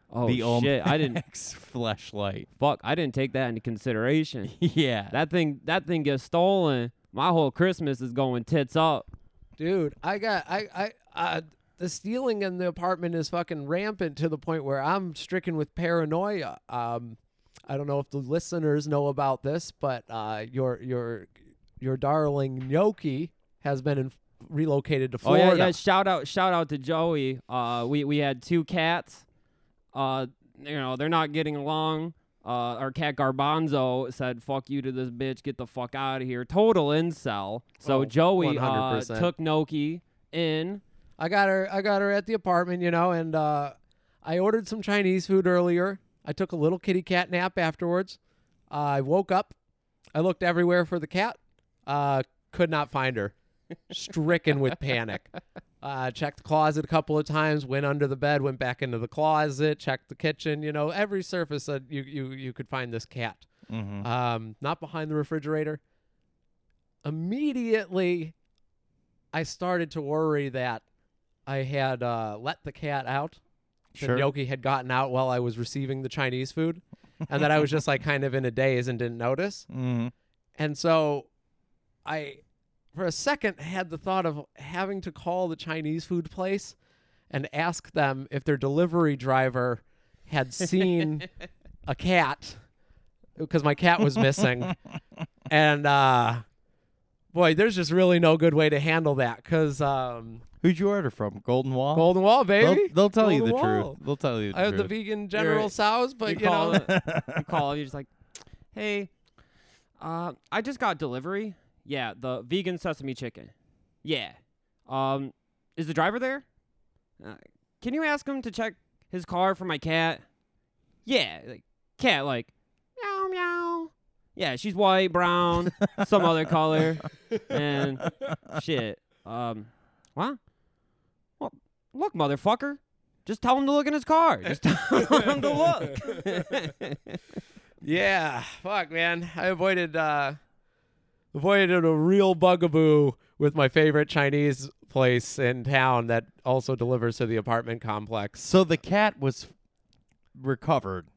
C: Oh
E: the old
C: shit! I didn't
E: flashlight.
C: fuck. I didn't take that into consideration.
E: Yeah.
C: That thing, that thing gets stolen. My whole Christmas is going tits up.
D: dude, I got I I uh, the stealing in the apartment is fucking rampant to the point where I'm stricken with paranoia. Um, I don't know if the listeners know about this, but uh, your your your darling Gnocchi has been in, relocated to
C: Oh
D: Florida.
C: yeah, yeah. Shout out, shout out to Joey. Uh, we we had two cats. Uh, you know they're not getting along. Uh, our cat Garbanzo said, "Fuck you to this bitch. Get the fuck out of here." Total incel. So
D: Oh,
C: Joey uh,
D: 100%.
C: took Noki in.
D: I got her. I got her at the apartment, you know, and uh, I ordered some Chinese food earlier. I took a little kitty cat nap afterwards. I woke up. I looked everywhere for the cat. Uh, could not find her. Stricken with panic. Uh, checked the closet a couple of times. Went under the bed. Went back into the closet. Checked the kitchen. You know, every surface that you you you could find this cat
E: hmm
D: um, not behind the refrigerator. Immediately, I started to worry that I had uh, let the cat out.
E: Sure.
D: That Yoki had gotten out while I was receiving the Chinese food, and that I was just like kind of in a daze and didn't notice.
E: hmm
D: And so, I, for a second, had the thought of having to call the Chinese food place and ask them if their delivery driver had seen a cat because my cat was missing. and uh, boy, there's just really no good way to handle that because um,
E: Who'd you order from? Golden Wall.
D: Golden Wall,
E: They'll,
D: baby.
E: they'll tell you the
D: Golden Wall.
E: truth. They'll tell you the
D: I have the
E: truth.
D: vegan General Sows, but you,
C: you call,
D: know,
C: you call, you're just like, hey, uh, I just got delivery. Yeah, the vegan sesame chicken. Yeah. Um, is the driver there? Uh, can you ask him to check his car for my cat? Yeah, like cat, like meow meow. Yeah, she's white, brown, some other color, and shit. Um, what? Well, look, motherfucker. Just tell him to look in his car. Just tell him to look.
D: yeah, fuck, man. I avoided uh, avoided a real bugaboo with my favorite Chinese place in town that also delivers to the apartment complex.
E: so the cat was recovered.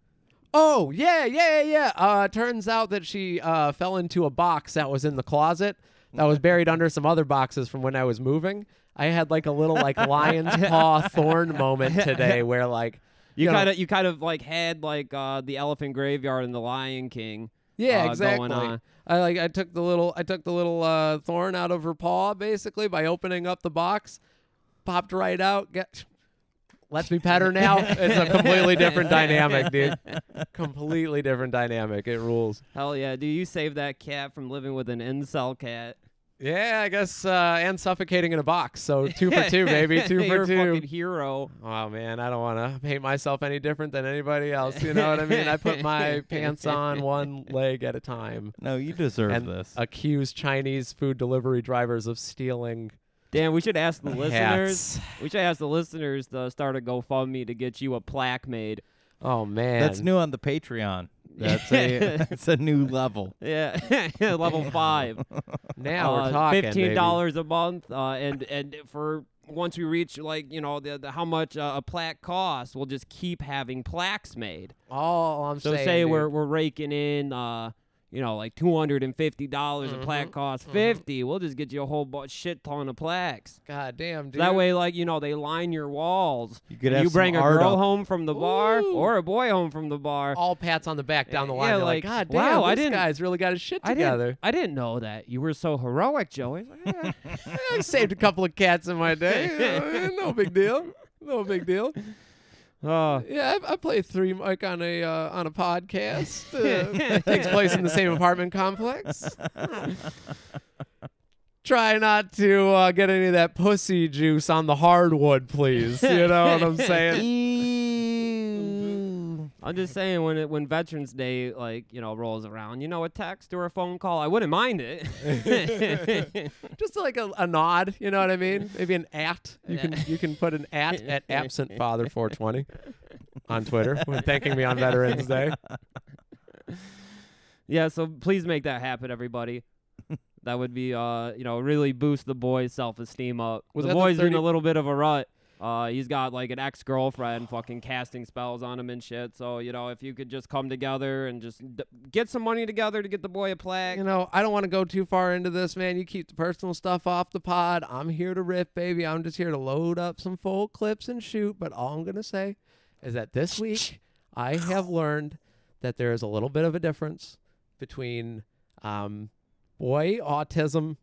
D: Oh yeah, yeah, yeah. yeah. Uh, turns out that she uh, fell into a box that was in the closet that was buried under some other boxes from when I was moving. I had like a little like lion's paw thorn moment today where like
C: You
D: know-
C: kind of you kind of like had like uh, the Elephant Graveyard and the Lion King.
D: yeah
C: uh,
D: exactly.
C: Going on.
D: I like I took the little I took the little uh, thorn out of her paw basically by opening up the box, popped right out. Get lets me pet her now. it's a completely different dynamic, dude. Completely different dynamic. It rules.
C: Hell yeah! Do you save that cat from living with an incel cat?
D: Yeah, I guess uh, and suffocating in a box. So two for two, baby. Two
C: You're
D: for
C: a
D: two.
C: fucking hero.
D: Oh man, I don't want to paint myself any different than anybody else. You know what I mean? I put my pants on one leg at a time
E: No, you deserve
D: and
E: this.
D: accuse Chinese food delivery drivers of stealing.
C: Damn, we should ask the listeners.
D: Hats.
C: We should ask the listeners to start a GoFundMe to get you a plaque made.
D: Oh man,
E: That's new on the Patreon. That's a that's a new level.
C: Yeah, level five.
D: Now
C: Uh,
D: we're talking.
C: Fifteen
D: baby.
C: dollars a month, uh, and and for once we reach like you know the, the how much uh, a plaque costs, we'll just keep having plaques made.
D: All I'm
C: So
D: saying.
C: say
D: dude.
C: we're we're raking in uh you know like two hundred and fifty dollars a
E: Mm-hmm.
C: plaque costs fifty. We'll just get you a whole bu- shit ton of plaques.
D: God damn,
C: So
D: dude.
C: that way, like you know, they line your walls.
E: You could
C: And
E: have
C: you
E: some
C: bring a
E: art
C: girl
E: up.
C: home from the bar
D: Ooh.
C: or a boy home from the bar.
D: all pats on the back down the line.
C: Yeah,
D: They're like,
C: like,
D: God damn,
C: wow, I
D: this
C: didn't-
D: guy's really got his shit
C: I
D: together.
C: didn't. I didn't know that you were so heroic, Joey. Like, eh,
D: I saved a couple of cats in my day. You know, no big deal. No big deal.
E: Oh.
C: Uh,
D: Yeah, I, I played three mic on a uh, on a podcast. Uh, takes place in the same apartment complex. Try not to uh, get any of that pussy juice on the hardwood, please. You know what I'm saying?
C: I'm just saying when it, when Veterans Day like you know rolls around, you know, a text or a phone call, I wouldn't mind it.
D: Just like a, a nod. You know what I mean? Maybe an at. You can you can put an at at absent father 420 on Twitter when thanking me on Veterans Day.
C: yeah, so please make that happen, everybody. That would be uh you know really boost the boys' self esteem up.
D: Was
C: the
D: that the
C: boy's in
D: 30
C: a little bit of a rut. Uh, he's got like an ex girlfriend fucking casting spells on him and shit. So you know if you could just come together and just d- get some money together to get the boy a plaque.
D: you know, I don't want to go too far into this, man. You keep the personal stuff off the pod. I'm here to riff, baby. I'm just here to load up some full clips and shoot. But all I'm going to say is that this week I have learned that there is a little bit of a difference between um, boy autism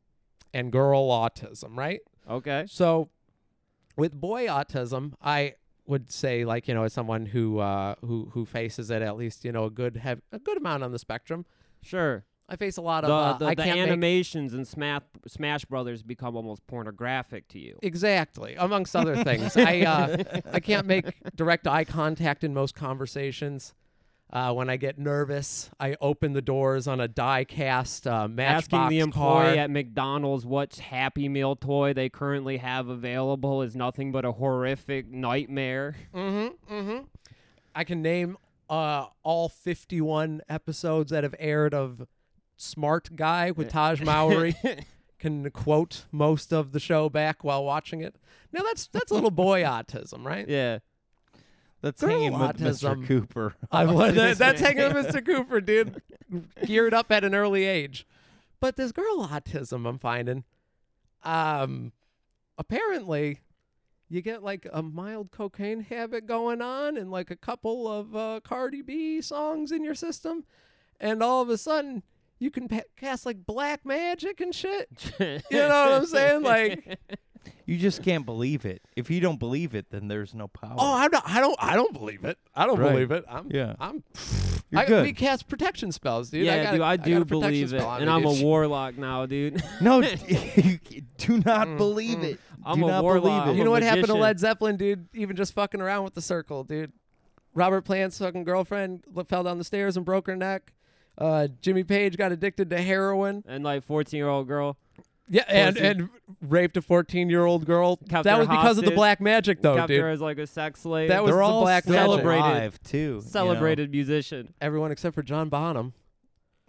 D: and girl autism, right?
C: Okay.
D: So with boy autism, I would say like, you know, as someone who uh who who faces it at least, you know, a good have a good amount on the spectrum.
C: Sure.
D: I face a lot of
C: the,
D: uh,
C: the,
D: I
C: the
D: can't make-
C: animations and Smash Smash Brothers become almost pornographic to you.
D: Exactly, amongst other things. I uh, I can't make direct eye contact in most conversations. Uh, when I get nervous, I open the doors on a die-cast uh, matchbox
C: Asking the
D: car.
C: employee at McDonald's what Happy Meal toy they currently have available is nothing but a horrific nightmare.
D: Mm-hmm, mm-hmm. I can name uh, all 51 episodes that have aired of Smart Guy with Taj Mowry. can quote most of the show back while watching it. Now that's that's a little boy autism, right?
C: yeah.
E: That's
D: Girl
E: hanging with Mr.
D: autism.
E: Cooper.
D: I've learned that, that's hanging with Mr. Cooper, dude. Geared up at an early age. But this girl autism I'm finding, um, apparently you get like a mild cocaine habit going on and like a couple of uh, Cardi B songs in your system. And all of a sudden you can pa- cast like black magic and shit. You know what I'm saying? Like,
E: You just can't believe it. If you don't believe it, then there's no power.
D: oh, I'm not, I don't, I don't believe it. I don't
E: Right.
D: believe it. I'm,
E: Yeah.
D: I'm,
E: You're
D: I,
E: good.
D: we cast protection spells, dude.
C: yeah,
D: I got
C: dude,
D: a-
C: I
D: got
C: do
D: a protection
C: believe it.
D: spell on
C: And
D: me,
C: I'm a
D: dude.
C: warlock now, dude.
E: no, you c- do not believe it.
C: Mm, I'm
E: do
C: a
E: not
C: warlock.
E: believe
D: You
E: it.
D: know what happened to
C: magician.
D: Led Zeppelin, dude? Even just fucking around with the circle, dude. Robert Plant's fucking girlfriend l- fell down the stairs and broke her neck. Uh, Jimmy Page got addicted to heroin.
C: and like 14 year old girl
D: Yeah, and,
C: Pussy.
D: and raped a 14 year old girl.
C: Kept
D: that
C: her
D: was because of the
C: hostage.
D: black magic, though,
C: kept
D: dude.
C: her as like a sex slave.
D: That was
E: They're
D: the
E: all
D: black magic.
E: celebrated
C: Alive,
E: too. you know.
C: celebrated musician.
D: Everyone except for John Bonham.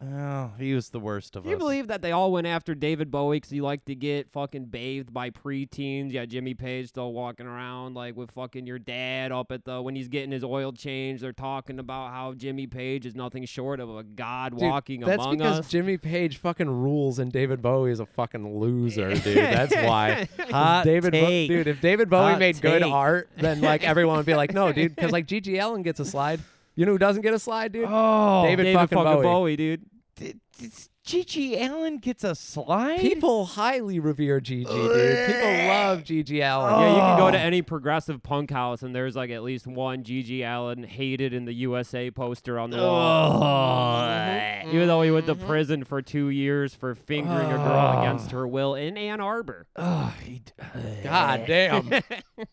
E: Oh, he was the worst of
C: Can you
E: us.
C: believe that they all went after David Bowie because he liked to get fucking bathed by preteens? Yeah, Jimmy Page still walking around like with fucking your dad up at the when he's getting his oil changed. They're talking about how Jimmy Page is nothing short of a god
D: Dude,
C: walking
D: that's
C: among
D: because
C: us.
D: Jimmy Page fucking rules and David Bowie is a fucking loser, dude. That's why. If David, Bo-
E: take.
D: dude. If David Bowie
E: Hot
D: made good
E: take.
D: art, then like everyone would be like, no, dude, because like Gigi Allen gets a slide. You know who doesn't get a slide, dude?
E: Oh,
D: David fucking Bowie.
C: dude.
E: D- d- Gigi Allen gets a slide.
D: People highly revere Gigi, dude. People love Gigi Allen.
C: Yeah, you
D: Yeah,
C: can go to any progressive punk house and there's like at least one Gigi Allen hated in the USA poster on the wall.
E: Oh,
C: Even though he went to prison for two years for fingering a girl against her will in Ann Arbor.
E: oh, he d-
D: you- God damn. Did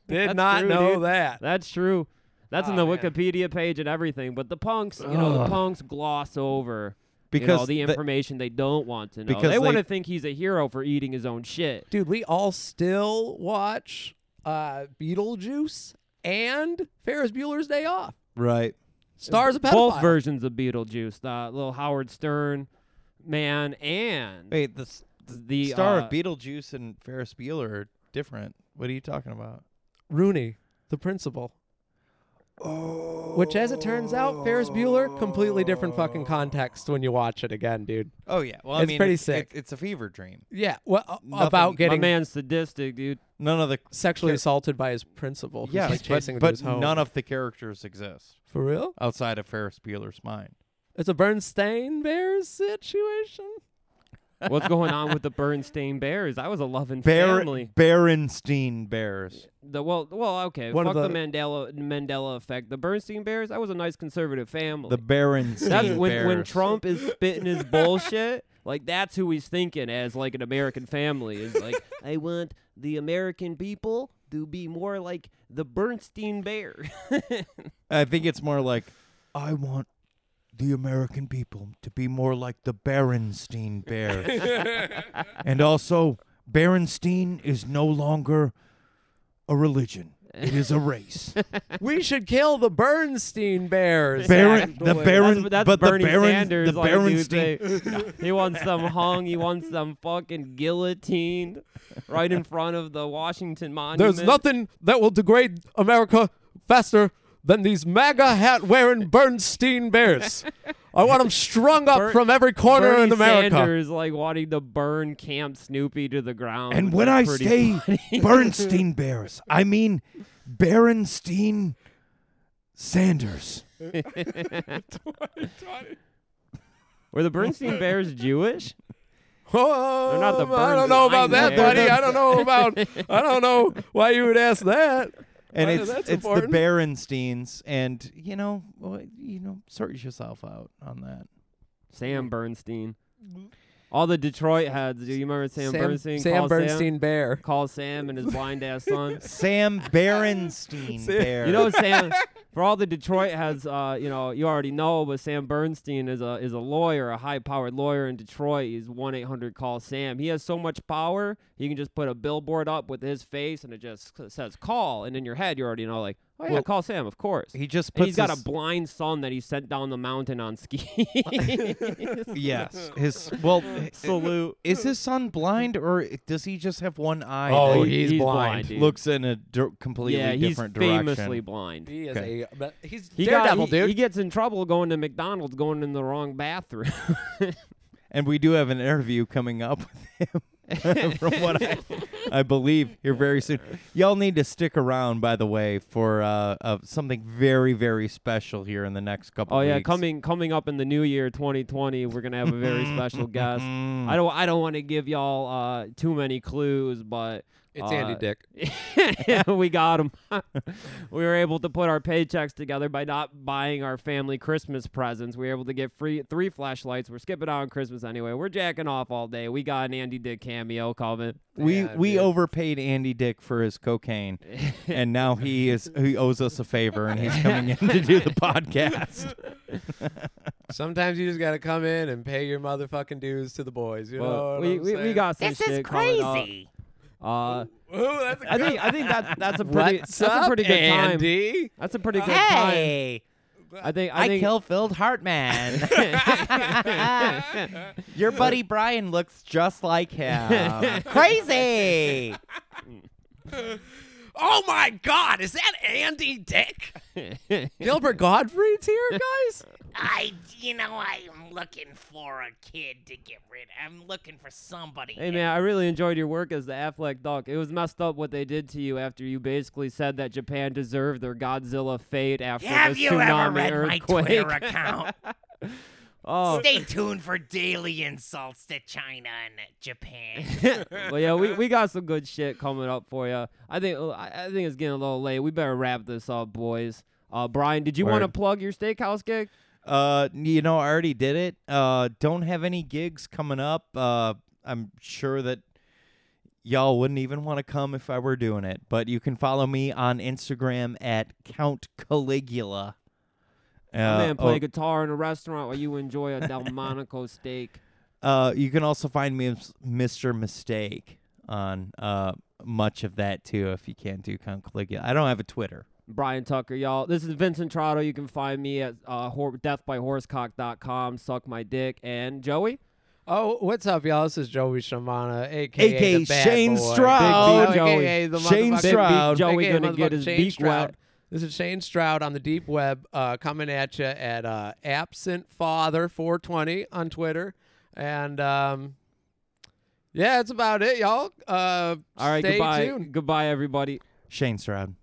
C: That's
D: not
C: true,
D: know
C: dude.
D: that.
C: That's true. That's in
D: Aw,
C: the
D: Ah, man.
C: Wikipedia page and everything. But the punks, you know, the punks gloss over because
E: Because
C: the
E: the-
C: information they don't want to know.
E: because
C: they want
E: they-
C: to think he's a hero for eating his own shit.
D: Dude, we all still watch uh, Beetlejuice and Ferris Bueller's Day Off.
E: right.
D: Stars a pedophile.
C: Both versions of Beetlejuice, the little Howard Stern man, and
E: Wait, the, s-
C: the
E: star
C: uh,
E: of Beetlejuice and Ferris Bueller are different. What are you talking about?
D: Rooney, the principal. Which, as it turns out, Ferris Bueller, completely different fucking context when you watch it again, dude.
E: Oh yeah, well
D: It's pretty sick.
E: it's a fever dream.
D: Yeah, well, a-
E: Nothing-
D: about
C: my
D: getting
C: man's sadistic, dude.
E: None of the
D: sexually assaulted by his principal. who's,
E: yes,
D: like chasing
E: but,
D: him to
E: but
D: his home.
E: none of the characters exist
D: for real.
E: outside of Ferris Bueller's mind.
D: It's a Bernstein Bears situation.
C: What's going on with the Bernstein Bears? I was a loving
E: Bar-
C: family.
E: Berenstein Bears.
C: The well, well, okay.
E: One of
C: Fuck the,
E: the-
C: Mandela Mandela effect. The Bernstein Bears. I was a nice conservative family.
E: The Berenstein
C: that's
E: Bears.
C: when when Trump is spitting his bullshit. Like that's who he's thinking as like an American family is like I want the American people to be more like the Bernstein Bear.
E: I think it's more like I want the American people to be more like the Berenstein Bears. and also Berenstein is no longer a religion. It is a race.
D: we should kill the Bernstein Bears.
E: Baron, the Baron,
C: that's, that's
E: but
C: Bernie
E: the Baron,
C: Sanders.
E: the
C: like, dude,
E: Berenstein,
C: they- he wants them hung. He wants them fucking guillotined right in front of the Washington Monument.
D: There's nothing that will degrade America faster than these MAGA hat wearing Bernstein Bears. I want them strung up
C: Ber-
D: from every corner
C: Bernie
D: in America.
C: Sanders like wanting to burn Camp Snoopy to the ground.
E: and
C: which
E: when
C: is
E: I
C: pretty
E: say
C: funny.
E: Bernstein Bears, I mean Berenstein Sanders.
C: were the Bernstein Bears Jewish?
D: Oh,
C: They're not the
D: I don't know about that,
C: Bernstein
D: buddy.
E: Bears.
D: I don't know about. I don't know why you would ask that.
E: And
D: Wow,
E: it's
D: that's
E: it's
D: important.
E: the Berensteins, and you know, well, you know, sort yourself out on that.
C: Sam Bernstein. All the Detroit heads. Do you remember Sam, Bernstein?
D: Sam
C: Call
D: Bernstein Bear.
C: Sam, call Sam and his blind ass son.
E: Sam Berenstein Bears.
C: You know, Sam. For all the Detroit has, uh, you know, you already know, but Sam Bernstein is a is a lawyer, a high powered lawyer in Detroit. He's one eight hundred call Sam. He has so much power, he can just put a billboard up with his face, and it just c- says call. And in your head, you already know, like, oh yeah,
E: Well,
C: call Sam, of course.
E: he just
C: and
E: puts
C: he's got
E: his-
C: a blind son that he sent down the mountain on ski.
E: yes, his well,
C: Salute.
E: is his son blind or does he just have one eye?
D: Oh,
E: that
D: he's
C: he's
D: blind.
C: blind, dude.
E: looks in a dir- completely
C: yeah, he's
E: different
C: famously
E: direction.
C: blind.
D: He is
E: Okay.
D: a. but He's
C: He
D: daredevil,
C: got, he,
D: dude.
C: he gets in trouble going to McDonald's, going in the wrong bathroom.
E: And we do have an interview coming up with him, from what I, I believe, here very soon. Y'all need to stick around, by the way, for uh, uh, something very, very special here in the next couple.
C: Oh yeah,
E: weeks.
C: coming coming up in the new year, 2020, we're gonna have a very special guest. I don't I don't want to give y'all uh, too many clues, but
D: it's Andy Dick.
C: Dick. we got him. we were able to put our paychecks together by not buying our family Christmas presents. We were able to get free three flashlights. We're skipping out on Christmas anyway. We're jacking off all day. We got an Andy Dick cameo coming.
E: We
D: Yeah,
E: we
D: dude.
E: overpaid Andy Dick for his cocaine, and now he is he owes us a favor, and he's coming in to do the podcast.
D: Sometimes you just gotta come in and pay your motherfucking dues to the boys. You know
C: But
D: what
C: we,
D: I'm
C: we, we
D: saying?
C: got some
A: This is
C: shit coming up.
A: crazy.
C: Uh,
D: Ooh, that's a
C: I
D: good-
C: think I think that that's a pretty
D: What's
C: that's
D: up,
C: a pretty good time.
D: Andy?
C: That's a pretty good time. I think I, think
E: Phil Hartman. Your buddy Brian looks just like him. Crazy.
D: Oh my God, is that Andy Dick? Gilbert Godfrey's here, guys.
F: I, you know, I'm looking for a kid to get rid. I'm looking for somebody.
C: Hey man, I really enjoyed your work as the Affleck Duck. It was messed up what they did to you after you basically said that Japan deserved their Godzilla fate after
F: Have
C: the
F: you
C: tsunami
F: ever read my
C: earthquake.
F: Twitter account?
C: oh,
F: Stay tuned for daily insults to China and Japan.
C: well, yeah, we, we got some good shit coming up for you. I think oh, I I think it's getting a little late. We better wrap this up, boys. Uh, Brian, did you want to
E: Word.
C: plug your steakhouse gig?
E: Uh, you know, I already did it. Uh, don't have any gigs coming up. Uh, I'm sure that y'all wouldn't even want to come if I were doing it. But you can follow me on Instagram at Count Caligula. Uh,
C: My man, play
E: oh,
C: guitar in a restaurant while you enjoy a Delmonico steak.
E: Uh, you can also find me as Mr. Mistake on uh much of that too if you can't do Count Caligula. I don't have a Twitter.
C: Brian Tucker, y'all. This is Vincent Trotto. You can find me at uh, hor- deathbyhorsecock.com. Suck my dick. And Joey?
D: Oh, what's up, y'all? This is Joey Shamana, aka,
E: AKA
D: the bad
E: Shane
D: boy. Oh,
E: Stroud.
D: Big B,
C: Big B
D: AKA the
E: Joey. Shane
D: motherfucker-
E: Big B Stroud.
C: Joey
D: AKA
C: gonna get his
D: motherfucker Shane
C: beak
D: Stroud.
C: wet.
D: This is Shane Stroud on the deep web, uh, coming at you at uh, absent father 420 on Twitter, and um, yeah, that's about it, y'all. Uh,
C: All right,
D: stay
C: goodbye.
D: tuned.
C: Goodbye, everybody.
E: Shane Stroud.